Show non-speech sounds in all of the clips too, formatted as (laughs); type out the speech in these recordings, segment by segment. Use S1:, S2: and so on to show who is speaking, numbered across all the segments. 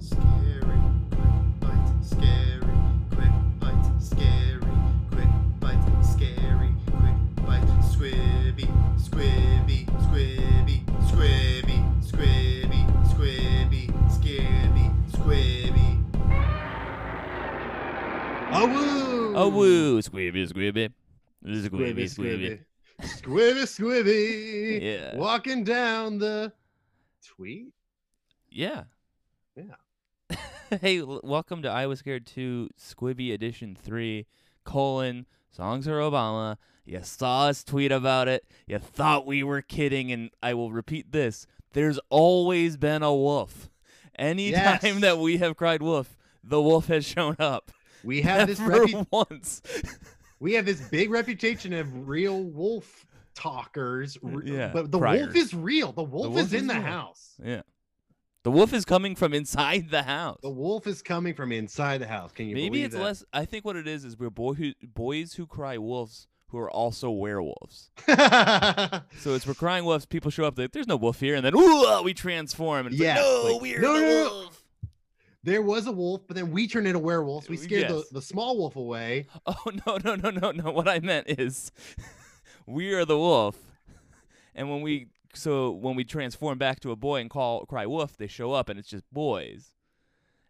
S1: Scary, quick bite, scary, quick bite, scary, quick bite, scary, quick bite, squibby, squibby, squibby, squibby, squibby, squibby, skibby, squibby. Oh woo!
S2: Oh woo! Squibby, squibby, squibby, squibby.
S1: Squibby, squibby.
S2: (laughs) Yeah.
S1: Walking down the tweet.
S2: Yeah. (laughs) hey, l- welcome to I Was Scared 2 Squibby Edition 3, colon, Songs for Obama. You saw us tweet about it. You thought we were kidding, and I will repeat this. There's always been a wolf. Anytime
S1: Yes.
S2: that we have cried wolf, the wolf has shown up.
S1: We have
S2: (laughs)
S1: this
S2: Never
S1: repu-
S2: once.
S1: we have this big reputation of real wolf talkers. r-
S2: (laughs) Yeah,
S1: but the
S2: prior.
S1: wolf is real. The wolf,
S2: wolf
S1: is in
S2: is
S1: the
S2: real.
S1: house.
S2: Yeah. The wolf is coming from inside the house.
S1: The wolf is coming from inside the house. Can you
S2: Maybe
S1: believe
S2: it's
S1: that?
S2: less. I think what it is is we're boy who, boys who cry wolves who are also werewolves.
S1: (laughs)
S2: So it's we're crying wolves. People show up. Like, There's no wolf here, and then ooh, we transform. And it's
S1: Yeah,
S2: like, no,
S1: like,
S2: we're
S1: no,
S2: the
S1: no, no."
S2: wolf. (laughs) Uh,
S1: there was a wolf, but then we turned into werewolves. We scared
S2: Yes.
S1: the, the small wolf away.
S2: Oh no, no, no, no, no. What I meant is, (laughs) we are the wolf, (laughs) and when we so when we transform back to a boy and call cry wolf, they show up and it's just boys.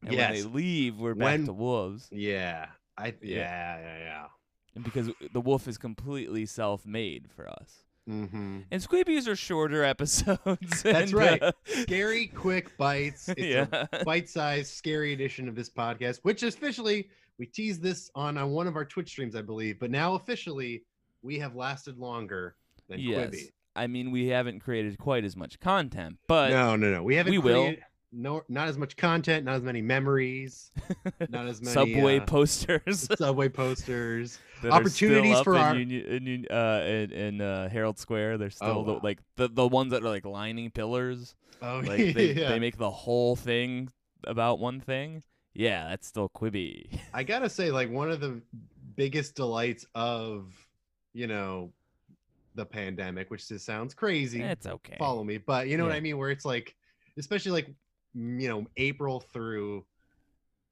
S2: And when
S1: Yes.
S2: they leave, we're back
S1: When-
S2: to wolves,
S1: Yeah. I yeah,
S2: Yeah.
S1: yeah, yeah.
S2: (laughs) and because the wolf is completely self-made for us.
S1: Mm-hmm.
S2: And Squibbies are shorter episodes.
S1: That's
S2: and,
S1: right.
S2: uh, (laughs)
S1: Scary quick bites. It's
S2: yeah.
S1: a bite-sized scary edition of this podcast which officially we teased this on, on one of our twitch streams i believe but now officially we have lasted longer than
S2: yes.
S1: quibi
S2: I mean, we haven't created quite as much content, but
S1: no no no we haven't
S2: we will.
S1: created- no not as much content not as many
S2: (laughs)
S1: memories not as many
S2: subway
S1: uh,
S2: posters (laughs)
S1: subway posters
S2: that
S1: opportunities
S2: are still up
S1: for
S2: in,
S1: our-
S2: Union, in, Union- uh, in, in uh, Herald Square. They're still
S1: Oh,
S2: the,
S1: wow.
S2: like the, the ones that are like lining
S1: (laughs)
S2: pillars.
S1: oh
S2: Like they,
S1: yeah
S2: they make the whole thing about one thing. Yeah, that's still (laughs) Quibi.
S1: i gotta say like one of the biggest delights of you know the pandemic which just sounds crazy
S2: That's okay.
S1: follow me but you know what
S2: Yeah.
S1: i mean where it's like especially like m- you know april through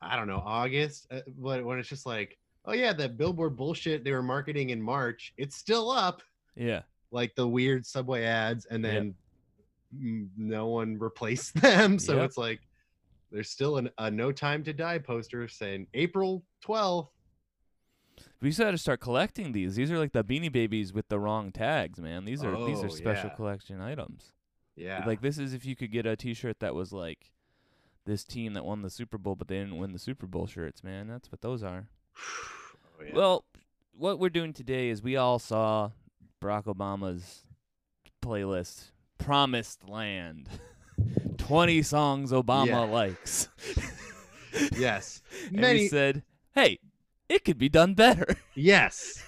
S1: i don't know august uh, but when it's just like oh yeah that billboard bullshit they were marketing in march it's still up
S2: Yeah,
S1: like the weird subway ads and
S2: Yep.
S1: then mm, no one replaced (laughs) them so
S2: Yep.
S1: it's like there's still an, a no time to die poster saying april 12th
S2: we just got to start collecting these. These are like the Beanie Babies with the wrong tags, man. These are these
S1: Oh,
S2: are special
S1: yeah.
S2: collection items.
S1: yeah
S2: Like this is if you could get a T-shirt that was like this team that won the Super Bowl, but they didn't win the Super Bowl shirts, man. That's what those are.
S1: (sighs) Oh, yeah.
S2: Well, what we're doing today is we all saw Barack Obama's playlist, Promised Land. (laughs) 20 songs Obama
S1: Yeah. (laughs)
S2: likes.
S1: yes
S2: And we
S1: many
S2: said, hey, it could be done better.
S1: yes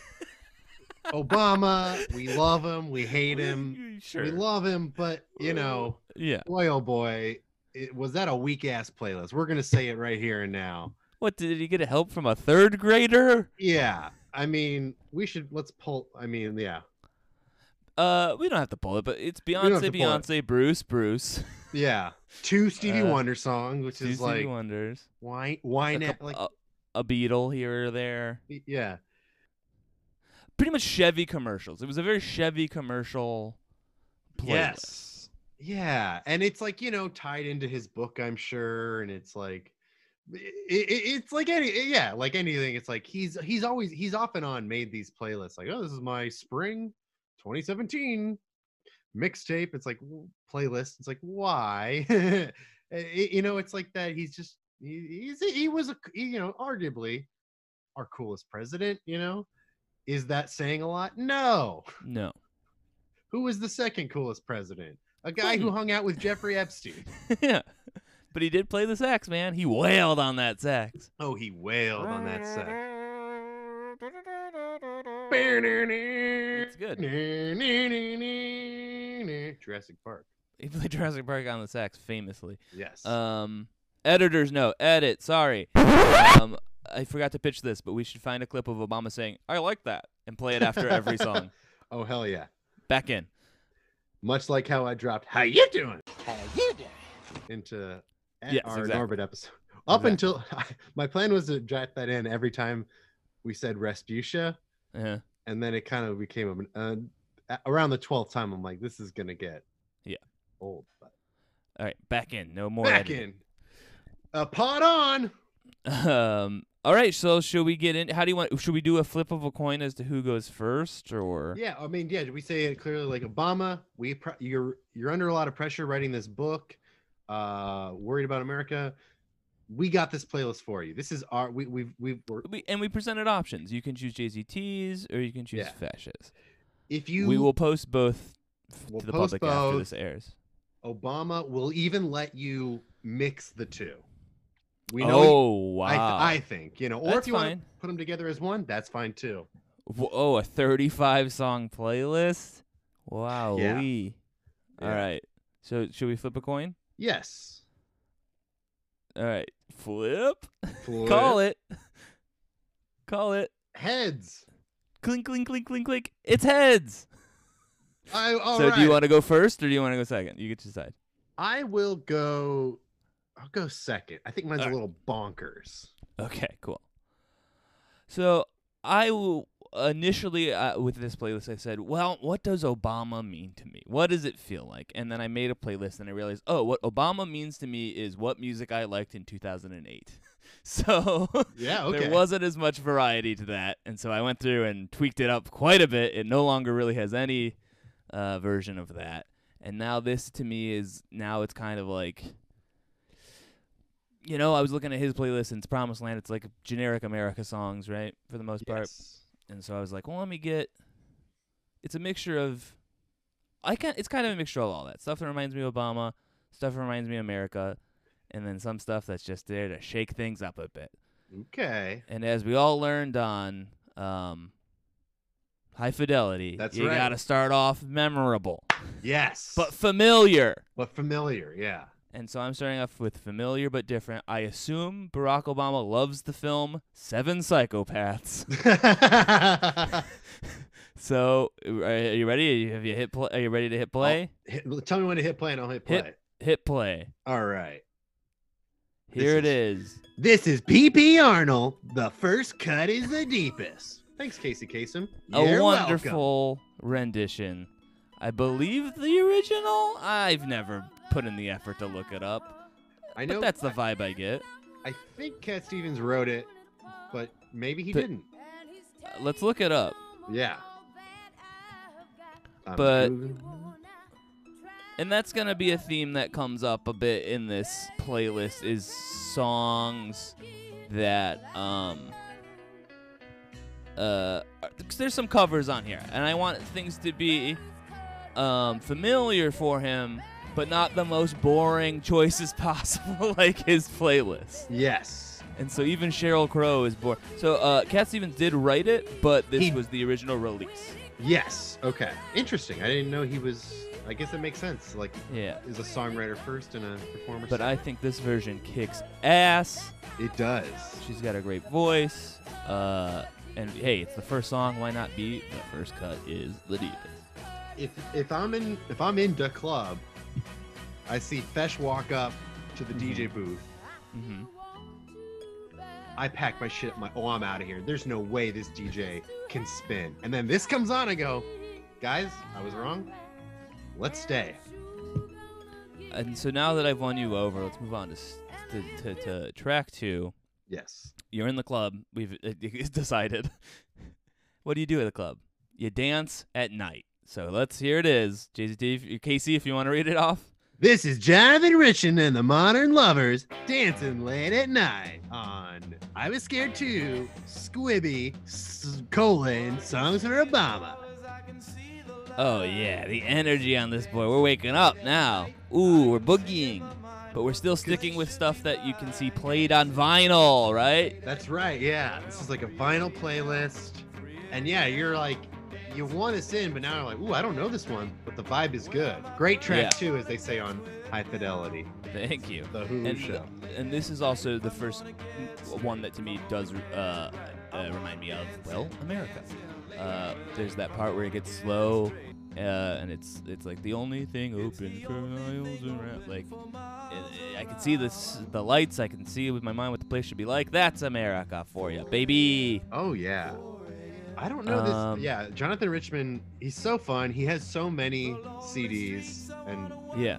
S2: (laughs)
S1: obama we love him we hate him
S2: (laughs) sure. Uh,
S1: We love him, but you know,
S2: yeah.
S1: boy oh boy, it, was that a weak ass playlist? We're gonna say it right here and now.
S2: What, did he get help from a third grader?
S1: Yeah, I mean, we should let's pull. I mean, yeah,
S2: Uh, We don't have to pull it, but it's
S1: don't have
S2: Beyonce,
S1: to pull it.
S2: Beyonce, Bruce, Bruce.
S1: yeah, two Stevie
S2: Uh,
S1: Wonder songs, (laughs)
S2: (laughs)
S1: which
S2: Two
S1: is
S2: Stevie
S1: like
S2: Wonders.
S1: why, why
S2: a,
S1: now?
S2: couple- uh,
S1: Like,
S2: a, a Beatle here or there.
S1: yeah,
S2: pretty much Chevy commercials. It was a very Chevy commercial playlist.
S1: yes, yeah, and it's like you know tied into his book, I'm sure, and it's like. It, it, it's like any yeah like anything it's like he's he's always he's off and on made these playlists like oh this is my spring 2017 mixtape. It's like w- playlist. It's like why? (laughs) I- I- you know, it's like that. He's just he, he's he was a c- he, you know arguably our coolest president. You know, is that saying a lot? No.
S2: No. (laughs)
S1: Who was the second coolest president? A guy who hung out with Jeffrey Epstein.
S2: yeah. But he did play the sax, man. He wailed on that sax.
S1: (laughs) Oh, he wailed on that set.
S2: It's good.
S1: Jurassic Park.
S2: He played Jurassic Park on the sax famously.
S1: Yes.
S2: Um, editors, no. Edit. Sorry. Um, I forgot to pitch this, but we should find a clip of Obama saying, I like that, and play it after every song.
S1: oh hell yeah.
S2: Back in.
S1: Much like how I dropped "How you doing?"
S3: How you doing?
S1: into at
S2: Yes,
S1: our
S2: exactly.
S1: Norbit episode. Up
S2: Exactly.
S1: until (laughs) my plan was to jot that in every time we said Respucia,
S2: Uh-huh.
S1: and then it kind of became a, a- around the twelfth time. I'm like, this is gonna get
S2: Yeah.
S1: old. But
S2: All right, back in. No more.
S1: back
S2: editing.
S1: in, a pot on.
S2: (laughs) Um. All right. So should we get in? How do you want? Should we do a flip of a coin as to who goes first, or
S1: Yeah, I mean, yeah. We say it clearly, like Obama. We pr- you're you're under a lot of pressure writing this book. Uh, worried about America. We got this playlist for you. This is our we we we we're,
S2: we and we presented options. You can choose JZTs or you can choose
S1: Yeah.
S2: fascists.
S1: if you
S2: we will post both f-
S1: We'll
S2: to the
S1: post
S2: public after
S1: both.
S2: this airs.
S1: Obama will even let you mix the two. We know. he-
S2: oh wow!
S1: I, th- I think you know, or
S2: That's
S1: if you want
S2: fine.
S1: to put them together as one, that's fine too.
S2: W- Oh, a 35 song playlist. Wow. All
S1: Yeah.
S2: right. So should we flip a coin?
S1: Yes.
S2: All right. Flip.
S1: Flip.
S2: (laughs) Call it. (laughs) Call it.
S1: heads.
S2: Clink clink clink clink clink. It's heads.
S1: I all
S2: so do you
S1: right.
S2: want to go first or do you want to go second? You get to decide.
S1: I will go. I'll go second. I think mine's a
S2: All right.
S1: little bonkers.
S2: Okay, cool. So I w- initially uh, with this playlist, I said, "Well, what does Obama mean to me? What does it feel like?" And then I made a playlist, and I realized, "Oh, what Obama means to me is what music I liked in 2008." (laughs) so (laughs)
S1: Yeah. Okay.
S2: there wasn't as much variety to that, and so I went through and tweaked it up quite a bit. It no longer really has any uh, version of that, and now this to me is now it's kind of like, you know, I was looking at his playlist and it's Promised Land. It's like generic America songs, right, for the most part.
S1: Yes.
S2: And so I was like, well, let me get. It's a mixture of, I can. It's kind of a mixture of all that stuff that reminds me of Obama, stuff that reminds me of America, and then some stuff that's just there to shake things up a bit.
S1: Okay.
S2: And as we all learned on um, High Fidelity,
S1: That's
S2: you
S1: right.
S2: got to start off memorable,
S1: Yes.
S2: but familiar.
S1: but familiar. Yeah.
S2: And so I'm starting off with familiar but different. I assume Barack Obama loves the film Seven Psychopaths. (laughs) so are are you ready? Have you hit play? Are you ready to hit play?
S1: hit, tell me when to hit play, and I'll hit play.
S2: Hit. Hit play.
S1: All right. Oh. This
S2: Here it is.
S1: This is PP Arnold. The first cut is the deepest. Thanks, Casey Kasem.
S2: a
S1: You're
S2: wonderful rendition. I believe the original. I've never put in the effort to look it up.
S1: welcome. I
S2: But
S1: know.
S2: that's the vibe I get.
S1: I think Cat Stevens wrote it, but maybe he
S2: But-
S1: didn't.
S2: Uh, Let's look it up.
S1: Yeah. I'm
S2: But-
S1: Googling.
S2: And that's going to be a theme that comes up a bit in this playlist is songs that um uh 'cause there's some covers on here and I want things to be um familiar for him but not the most boring choices (laughs) possible like his playlist.
S1: yes,
S2: And so even Cheryl Crow is bored. So uh, Cat Stevens did write it, but this
S1: He-
S2: was the original release.
S1: yes. Okay, interesting. I didn't know he was. I guess that makes sense. Like,
S2: Yeah.
S1: is a songwriter first and a performer.
S2: But
S1: second.
S2: I think this version kicks ass.
S1: it does.
S2: She's got a great voice. Uh, and hey, it's the first song. Why not be the first cut is the deepest?
S1: If if I'm in if I'm in the club, I see Fesh walk up to the DJ
S2: Mm-hmm.
S1: booth.
S2: hmm
S1: I pack my shit. My oh, I'm out of here. There's no way this DJ can spin. And then this comes on. I go, guys, I was wrong. Let's stay.
S2: And so now that I've won you over, let's move on to s- to, to, to track two.
S1: Yes.
S2: You're in the club. We've (laughs) uh, it's decided. (laughs) what do you do at the club? You dance at night. So let's here it is. JZD, Casey, if you want to read it off.
S1: This is Jonathan Richin and the Modern Lovers dancing late at night on I Was Scared Too, Squibby, S- colon, Songs for Obama.
S2: Oh yeah, the energy on this boy. We're waking up now. Ooh, we're boogieing. But we're still sticking with stuff that you can see played on vinyl, right?
S1: That's right, yeah. This is like a vinyl playlist. And yeah, you're like, you want us in, but now you're like, ooh, I don't know this one, but the vibe is good. Great track,
S2: Yeah.
S1: too, as they say on High Fidelity,
S2: Thank you.
S1: the Who
S2: And,
S1: show.
S2: and this is also the first one that to me does uh, uh, remind me of, well, America. Uh, there's that part where it gets slow uh, and it's it's like the only thing open for miles around. Like, it, it- I can see this, the lights. I can see with my mind what the place should be like. That's America for you, baby.
S1: Oh yeah. I don't know this.
S2: Um,
S1: yeah, Jonathan Richman. He's so fun. He has so many CDs, and
S2: Yeah.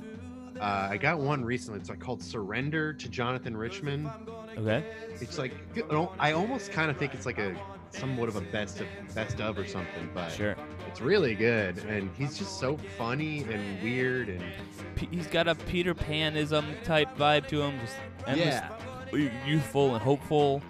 S1: uh, I got one recently. It's like called "Surrender to Jonathan Richman."
S2: Okay.
S1: It's like you know, I almost kind of think it's like a somewhat of a best of best of or something, but
S2: Sure.
S1: it's really good. And he's just so funny and weird and
S2: P- he's got a Peter Panism type vibe to him, just endless, y- youthful and hopeful,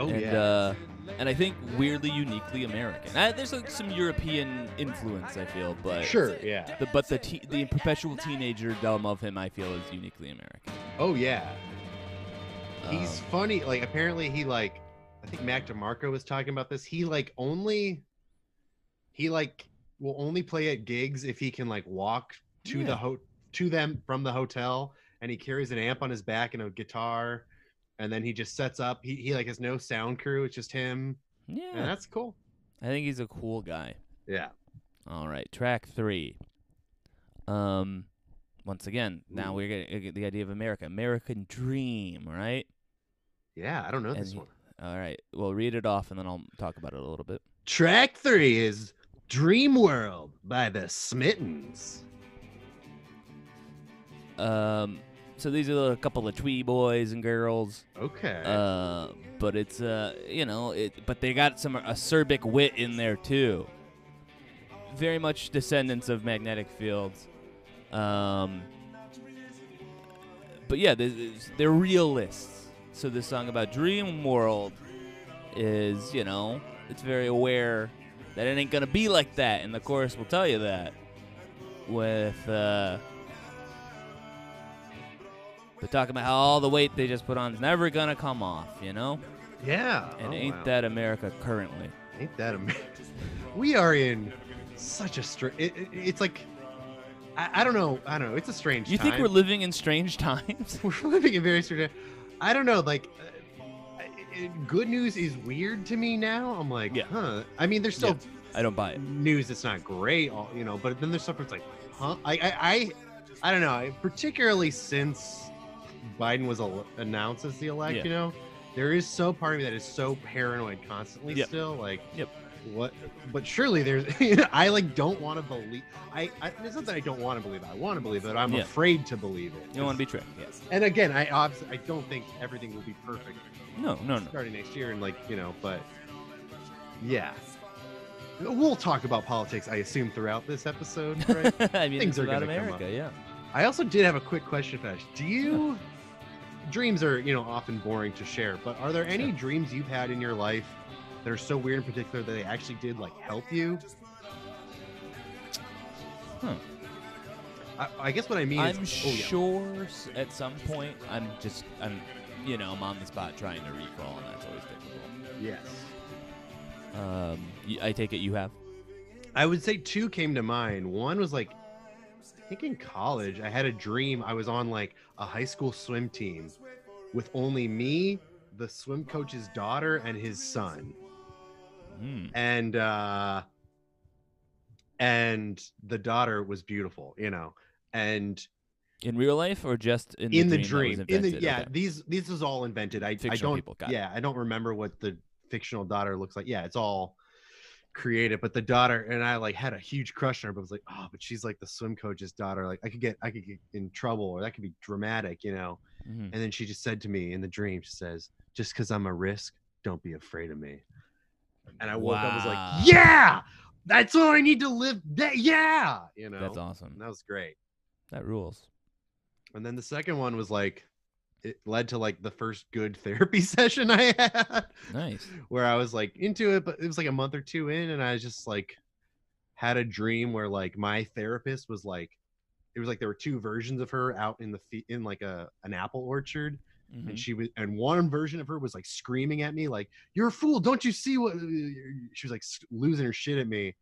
S1: Oh
S2: and
S1: yeah.
S2: uh, and I think weirdly, uniquely American. Uh, there's like some European influence, I feel, but
S1: sure. Yeah.
S2: The, but the te- the perpetual teenager dumb of him, I feel, is uniquely American.
S1: Oh yeah. He's
S2: Um,
S1: funny. Like apparently he like I think Mac DeMarco was talking about this. He like only he like will only play at gigs if he can like walk to
S2: Yeah.
S1: the ho to them from the hotel and he carries an amp on his back and a guitar and then he just sets up he, he like has no sound crew it's just him and
S2: yeah.
S1: that's cool
S2: I think he's a cool guy.
S1: yeah
S2: All right, track three. Um, once again, now we're getting uh, get the idea of America, American Dream, right?
S1: yeah i don't know
S2: And
S1: this
S2: he-
S1: one
S2: All right, well, read it off, and then I'll talk about it a little bit.
S1: track three is dream world by the smittens
S2: Um, so these are a couple of twee boys and girls.
S1: okay
S2: Uh, but it's uh, you know, it. But they got some acerbic wit in there too. Very much descendants of magnetic fields. Um, but yeah, this is- they're realists. So this song about dream world is, you know, it's very aware that it ain't gonna be like that, and the chorus will tell you that. With uh, but talking about how all the weight they just put on is never gonna come off, you know?
S1: yeah
S2: And
S1: Oh,
S2: ain't
S1: wow.
S2: that America currently?
S1: Ain't that amazing? (laughs) We are in such a strange. It, it- it's like I, I don't know. I don't know. It's a strange.
S2: You
S1: time. (laughs)
S2: think we're living in strange (laughs) times?
S1: we're living in very strange? I don't know. Like, uh, I- I- good news is weird to me now. I'm like,
S2: Yeah.
S1: huh. I mean, there's still
S2: I don't buy it.
S1: news that's not great, all, you know. But then there's stuff that's like, huh? I I I, I don't know. I, particularly since Biden was el- announced as the elect,
S2: Yeah.
S1: you know, there is so part of me that is so paranoid constantly.
S2: Yep.
S1: Still, like,
S2: Yep.
S1: What? But surely there's. (laughs) I like don't want to believe. I, I it's not that I don't want to believe. it. I want to believe it. I'm
S2: Yeah.
S1: afraid to believe it.
S2: You don't want to be tricked.
S1: And again, I obviously I don't think everything will be perfect
S2: No, no, (laughs) no.
S1: starting next year and like you know but yeah we'll talk about politics i assume throughout this
S2: (laughs)
S1: episode right
S2: I mean,
S1: Things
S2: it's
S1: are
S2: about
S1: gonna come up.
S2: America, yeah.
S1: i also did have a quick question Fesh. do you dreams are you know often boring to share but are there any
S2: Sure.
S1: dreams you've had in your life that are so weird in particular that they actually did like help you
S2: Huh.
S1: I, I guess what i mean
S2: I'm
S1: is oh, yeah.
S2: sure s at some point I'm just I'm you know I'm on the spot trying to recall and that's always difficult.
S1: yes
S2: Um, y- I take it you have.
S1: I would say two came to mind. One was like, I think in college, I had a dream. I was on like a high school swim team with only me, the swim coach's daughter, and his son.
S2: Hmm.
S1: And, uh, and the daughter was beautiful, you know, and
S2: In real life or just in the
S1: in the
S2: dream?
S1: dream,
S2: that was
S1: in the
S2: invented?
S1: yeah,
S2: Okay.
S1: these these is all invented. I I
S2: Fictional
S1: don't
S2: people, got it.
S1: yeah, I don't remember what the fictional daughter looks like. Yeah, it's all created, but the daughter and I like had a huge crush on her, but was like, oh, but she's like the swim coach's daughter. Like I could get I could get in trouble or that could be dramatic, you know.
S2: Mhm.
S1: And then she just said to me in the dream, she says, just because I'm a risk, don't be afraid of me. And I woke up and was
S2: Wow.
S1: like, yeah, that's what I need to live. That yeah, you know.
S2: That's
S1: And
S2: awesome.
S1: that was great.
S2: That rules.
S1: And then the second one was like, it led to like the first good (laughs) therapy session I had,
S2: Nice.
S1: where I was like into it, but it was like a month or two in, and I was just like had a dream where like my therapist was like, it was like there were two versions of her out in the fe- in like a an apple orchard, (laughs)
S2: Mhm.
S1: and she was and one version of her was like screaming at me like you're a fool don't you see what she was like s- losing her shit at me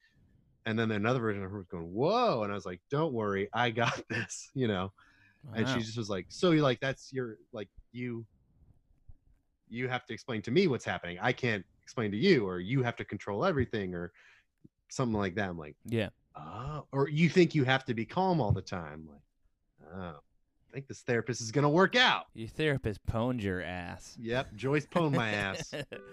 S1: and then another version of her was going whoa and i was like don't worry i got (laughs) this you know and
S2: Wow.
S1: she just was like so you like that's your like you you have to explain to me what's happening i can't explain to you or you have to control everything or something like that i'm like
S2: yeah.
S1: Oh, or you think you have to be calm all the time? Like, oh, I think this therapist is gonna work out.
S2: Your therapist pwned your ass.
S1: Yep, Joyce pwned my ass.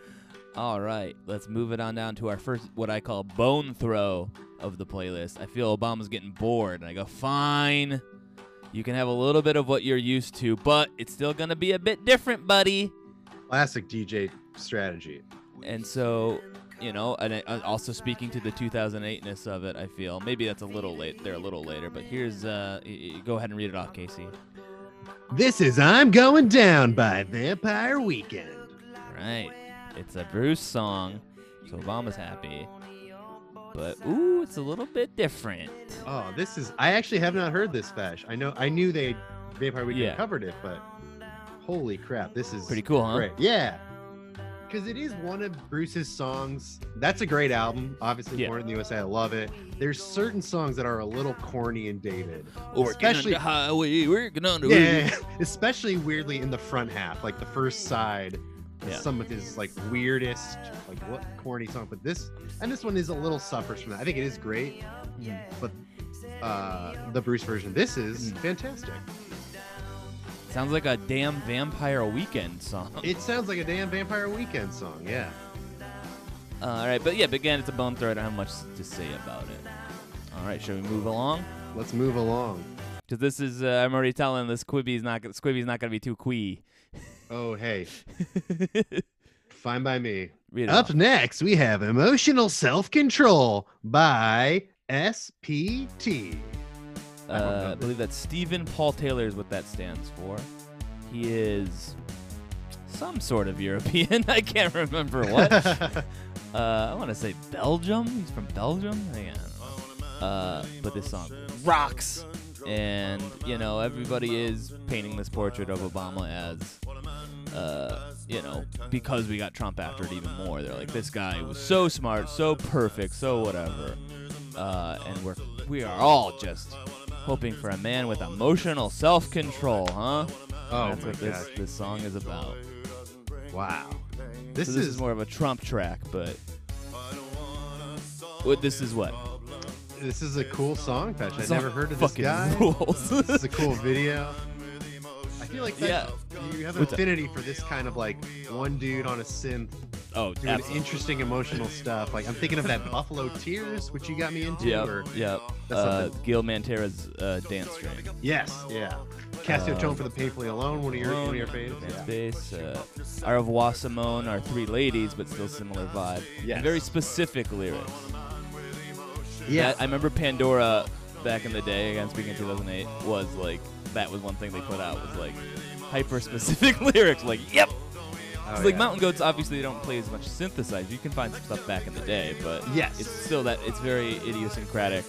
S2: (laughs) All right, let's move it on down to our first, what I call bone throw of the playlist. I feel Obama's getting bored, and I go, fine. You can have a little bit of what you're used to, but it's still going to be a bit different, buddy.
S1: Classic DJ strategy.
S2: And so, you know, and I, I- also speaking to the 2008ness of it, I feel. Maybe that's a little late. They're a little later, but here's, uh, y- y- go ahead and read it off, Casey.
S1: This is I'm Going Down by Vampire Weekend.
S2: Right. It's a Bruce song, so Obama's happy. But ooh, it's a little bit different.
S1: Oh, this is I actually have not heard this fash. I know I knew they Vampire Weekend
S2: Yeah.
S1: covered it, but holy crap, this is
S2: Pretty cool, huh?
S1: great. Yeah. Because it is one of Bruce's songs. That's a great album. Obviously,
S2: Yeah.
S1: Born in the USA, I love it. There's certain songs that are a little corny and dated.
S2: We're
S1: Especially-
S2: on the highway, we're getting on the
S1: Yeah, especially weirdly in the front half, like the first side. is
S2: Yeah.
S1: Some of his like weirdest, like what corny song, but this and this one is a little suffers from that. I think it is great,
S2: Mhm.
S1: but uh, the Bruce version, this is
S2: Mm.
S1: fantastic.
S2: Sounds like a damn vampire weekend song. (laughs)
S1: It sounds like a damn Vampire Weekend song. Yeah,
S2: All right, but yeah, but again, it's a bone throw. I don't have much to say about it. All right, shall we move along?
S1: let's move along.
S2: Because this is, uh, I'm already telling this Quibby's not gonna- Squibby's not gonna be too quee.
S1: (laughs) Oh hey,
S2: Read
S1: fine by me.
S2: it
S1: Up
S2: off.
S1: next, we have Emotional Self Control by SPT. I don't
S2: Uh,
S1: know.
S2: I believe that's Stephen Paul Taylor is what that stands for. He is some sort of European. (laughs) I can't remember what. uh, I want to say Belgium. He's from Belgium. Hang on. Uh, but this song rocks. And, you know, everybody is painting this portrait of Obama as, uh, you know, because we got Trump after it even more. They're like, this guy was so smart, so perfect, so whatever. Uh, and we're, we are all just hoping for a man with emotional self control, huh?
S1: Oh
S2: That's
S1: my
S2: what this,
S1: gosh!
S2: this song is about.
S1: Wow, this,
S2: So this is more of a Trump track, but what this is what
S1: This is a cool song, Fetch. I
S2: Song
S1: never heard of this
S2: fucking
S1: guy.
S2: (laughs) rules.
S1: this is a cool video. I feel like that, you have an
S2: What's that?
S1: affinity for this kind of like one dude on a synth
S2: oh,
S1: doing
S2: absolutely.
S1: interesting emotional stuff. Like I'm thinking of that Buffalo Tears, which you got me into.
S2: Yep,
S1: or-
S2: yep.
S1: That's
S2: Uh,
S1: something-
S2: Gil Mantera's uh, dance string.
S1: yes, yeah. Casio
S2: Uh,
S1: Tone for the Painfully Alone, one of your one of your faves.
S2: Dance
S1: Yeah.
S2: bass. Uh, Au revoir Simone are three ladies, but still similar vibe. And
S1: Yes.
S2: Very specific lyrics.
S1: Yeah.
S2: That- I remember Pandora back in the day. Again, speaking of 2008, was like that was one thing they put out was like hyper specific (laughs) lyrics. Like, yep,
S1: Oh,
S2: It's like
S1: yeah.
S2: Mountain Goats, obviously, they don't play as much synthesizer. You can find some stuff back in the day, but
S1: Yes.
S2: it's still that it's very idiosyncratic,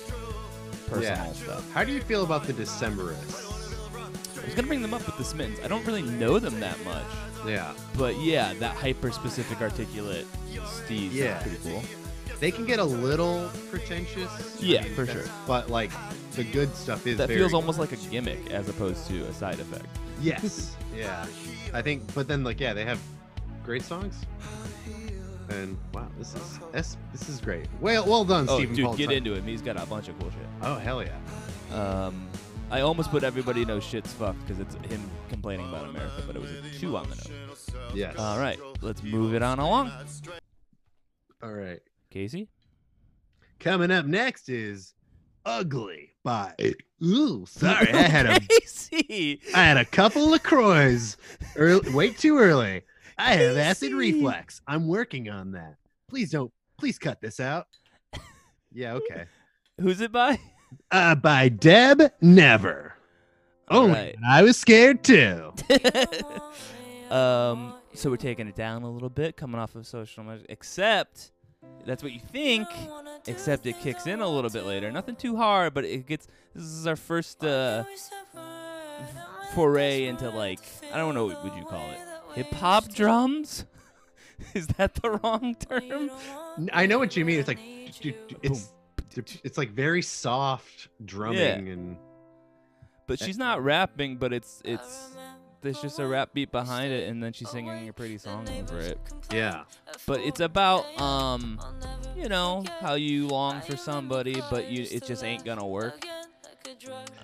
S2: personal
S1: Yeah.
S2: stuff.
S1: How do you feel about the Decemberists?
S2: I was gonna bring them up with the Smittens. I don't really know them that much,
S1: Yeah.
S2: but yeah, that hyper specific articulate steez is
S1: Yeah.
S2: pretty cool.
S1: They can get a little pretentious.
S2: Yeah, for
S1: that's-
S2: sure.
S1: But like the good stuff is
S2: That
S1: very
S2: feels almost like a gimmick as opposed to a side effect.
S1: Yes. yeah. I think, but then like, yeah, they have great songs. And wow, this is this, this is great. Well, well done,
S2: Oh,
S1: Stephen.
S2: dude,
S1: Paul
S2: get
S1: Tyler.
S2: into it. He's got a bunch of cool shit.
S1: Oh hell yeah.
S2: Um, I almost put Everybody Knows Shit's Fucked because it's him complaining about America, but it was a two on the note.
S1: Yes.
S2: All right, let's move it on along.
S1: All right.
S2: Casey?
S1: Coming up next is "Ugly" by. Ooh, (laughs) sorry, I had a
S2: Casey.
S1: I had a couple of Croix. Early, wait too early. I have acid
S2: Casey.
S1: reflux. I'm working on that. Please don't. Please cut this out. Yeah. Okay.
S2: Who's it by?
S1: Uh, by Deb Never.
S2: All
S1: Only (laughs)
S2: right.
S1: when Oh, I was scared too.
S2: um, so we're taking it down a little bit, coming off of social media. Except that's what you think. Except it kicks in a little bit later. Nothing too hard, but it gets. This is our first uh, foray into like I don't know what would you call it. Hip hop drums? (laughs) is that the wrong term?
S1: N- I know what you mean. It's like d- d- it's it's like very soft drumming and
S2: But she's not rapping, but it's it's there's just a rap beat behind it, and then she's singing a pretty song over it.
S1: Yeah.
S2: But it's about um, you know, how you long for somebody, but you it just ain't gonna work.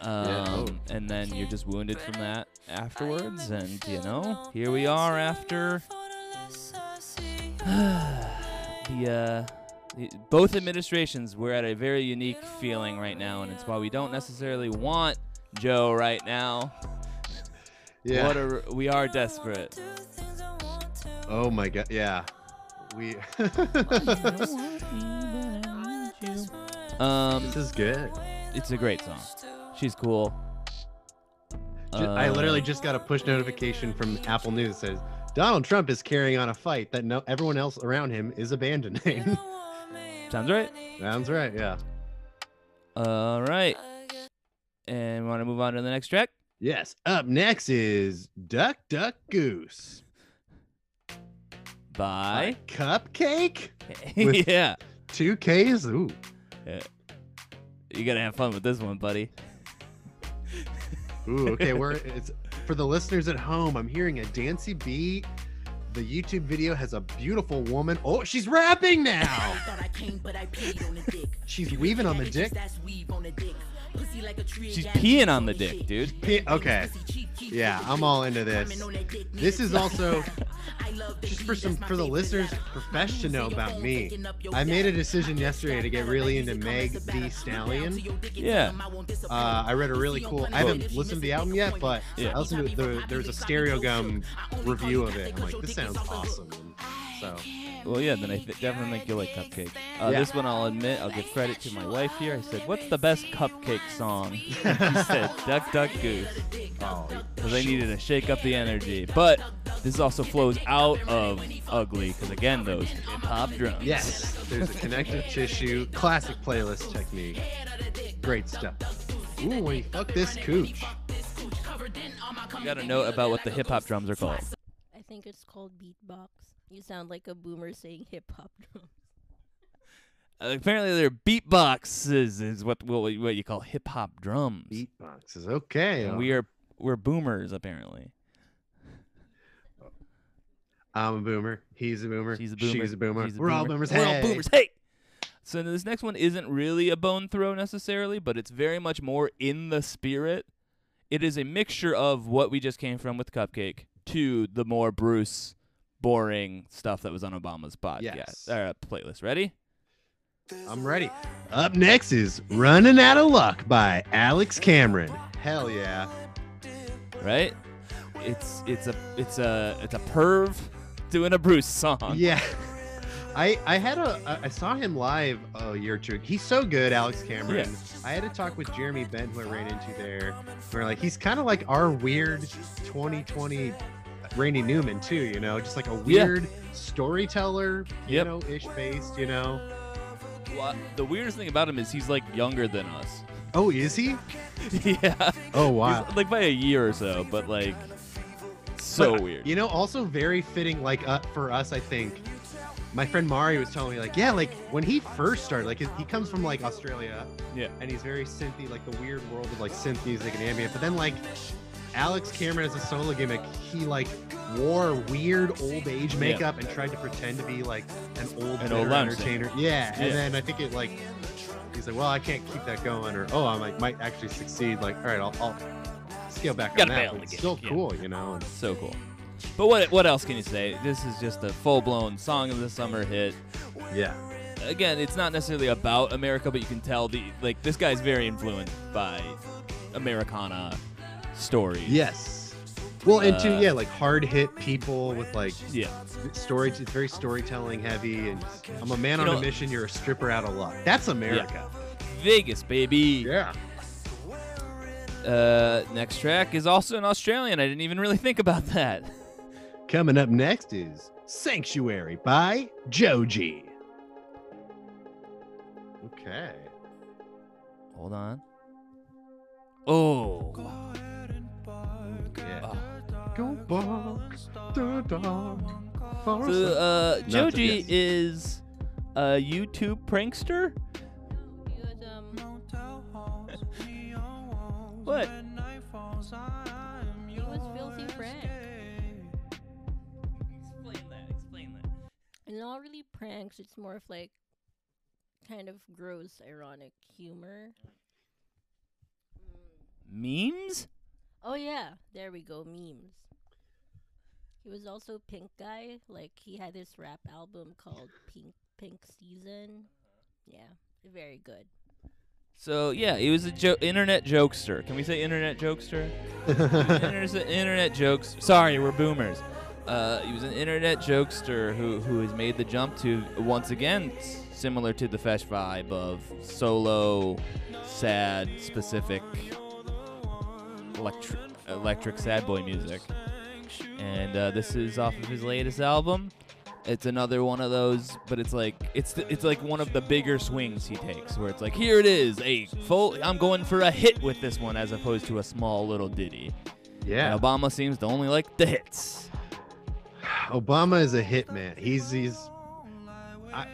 S2: Um, and then you're just wounded from that afterwards, and you know, here we are after (sighs) the uh. the- Both administrations, we're at a very unique feeling right now, and it's why we don't necessarily want Joe right now.
S1: Yeah.
S2: What a, we are desperate.
S1: oh my god. Yeah. We. (laughs)
S2: Um,
S1: this is good.
S2: it's a great song. Um, (laughs) She's cool.
S1: Ju- I
S2: Uh,
S1: literally just got a push notification from Apple News that says Donald Trump is carrying on a fight that no everyone else around him is abandoning. (laughs)
S2: sounds right.
S1: Sounds right. Yeah.
S2: All right, and want to move on to the next track.
S1: Yes. Up next is Duck Duck Goose. By
S2: Bye.
S1: Cupcake.
S2: (laughs)
S1: With-
S2: yeah,
S1: Two Ks. Ooh.
S2: you gotta have fun with this one, buddy.
S1: Ooh. Okay. We're it's for the listeners at home. I'm hearing a dancey beat. The YouTube video has a beautiful woman. Oh, she's rapping now. (laughs) She's weaving on the dick.
S2: She's peeing on the dick, dude.
S1: Pe- Okay. Yeah, I'm all into this. This is (laughs) also just for some for the listeners profess to know about me. I made a decision yesterday to get really into Meg the Stallion.
S2: Yeah.
S1: Uh, I read a really cool. I haven't listened to the album yet, but
S2: Yeah.
S1: I listened to the there was a Stereo Gum review of it. I'm like, this sounds awesome. So (laughs)
S2: Well, yeah, then I th- definitely think you'll like Cupcake. Uh,
S1: Yeah.
S2: This one I'll admit, I'll give credit to my wife here. I said, What's the best Cupcake song? (laughs) she said, Duck Duck Goose. Because I needed to shake up the energy. But this also flows out of Ugly, because again, those hip hop drums.
S1: yes, there's a connective tissue, classic playlist technique. Great stuff. Ooh, when you fuck this cooch.
S2: You got to know about what the hip hop drums are called.
S3: I think it's called beatbox. You sound like a boomer saying hip hop drum.
S2: Uh, apparently, they're beatboxes, is what, what, what you call hip hop drums.
S1: Beatbox is okay. Oh,
S2: And we are we're boomers, apparently.
S1: I'm a boomer. He's a boomer.
S2: She's a boomer.
S1: She's a boomer.
S2: He's a
S1: We're all boomers.
S2: We're all
S1: Hey.
S2: boomers. Hey. So this next one isn't really a bone throw necessarily, but it's very much more in the spirit. It is a mixture of what we just came from with Cupcake to the more Bruce boring stuff that was on Obama's podcast
S1: Yes.
S2: uh, playlist. Ready?
S1: I'm ready. Up next is Running Out of Luck by Alex Cameron. Hell yeah.
S2: Right? It's it's a it's a it's a perv doing a Bruce song.
S1: Yeah. (laughs) I I had a I- I saw him live oh, a year or two. He's so good, Alex Cameron. I had a talk with Jeremy Bent who I ran into there. We We're like he's kind of like our weird 2020 Randy Newman too, you know, just like a
S2: Yeah.
S1: weird storyteller, you
S2: Yep.
S1: know, ish based, you know.
S2: Wha- the weirdest thing about him is he's like younger than us. (laughs)
S1: Oh, is he?
S2: yeah.
S1: Oh
S2: He's, like by a year or so, but like so
S1: But, uh,
S2: weird.
S1: You know, also very fitting, like uh, for us, I think. My friend Mari was telling me, like, yeah, like when he first started, like he comes from like Australia,
S2: Yeah.
S1: and he's very synthy, like the weird world of like synth music and ambient. But then like Alex Cameron as a solo gimmick, he like wore weird old age makeup and tried to pretend to be like an old
S2: An
S1: veteran
S2: old lounge singer.
S1: entertainer. Yeah, and
S2: Yeah.
S1: then I think it like he's like, well, I can't keep that going, or oh, I might might actually succeed. Like, all right, I'll, I'll scale back
S2: Gotta
S1: on that.
S2: bail
S1: but it's
S2: again,
S1: still
S2: yeah.
S1: cool, you know. and-
S2: So cool. But what what else can you say? This is just a full blown song of the summer hit.
S1: Yeah.
S2: Again, it's not necessarily about America, but you can tell the like this guy's very influenced by Americana stories.
S1: Yes. Well, and two,
S2: Uh,
S1: yeah, like hard hit people with like
S2: Yeah.
S1: story. It's very storytelling heavy, and I'm a man
S2: You
S1: on
S2: know-
S1: a mission. You're a stripper out of luck. That's America.
S2: Vegas, baby.
S1: Yeah.
S2: Uh, next track is also an Australian. I didn't even really think about that.
S1: Coming up next is Sanctuary by Joji. Okay.
S2: Hold on. Oh.
S1: Yeah.
S2: Oh.
S1: Go bark the dog. for a
S2: So,
S1: sun-
S2: uh,
S1: Nothing,
S2: Joji
S1: yes.
S2: is a YouTube prankster.
S3: You had, um,
S2: What?
S3: he was filthy Frank. not really pranks. It's more of like kind of gross, ironic humor. Mm.
S2: Memes?
S3: Oh yeah, there we go. Memes. He was also Pink guy. Like he had this rap album called Pink Pink Season. Yeah, very good.
S2: So yeah, he was a jo- internet jokester. Can we say internet jokester? There's an internet jokes. Sorry, we're boomers. Uh, he was an internet jokester who who has made the jump to once again s- similar to the Fesh vibe of solo, sad, specific, electric electric sad boy music. And uh, this is off of his latest album. It's another one of those, but it's like it's the, it's like one of the bigger swings he takes, where it's like here it is, a full. I'm going for a hit with this one as opposed to a small little ditty.
S1: yeah.
S2: And Obama seems to only like the hits.
S1: Obama is a hitman. He's he's I,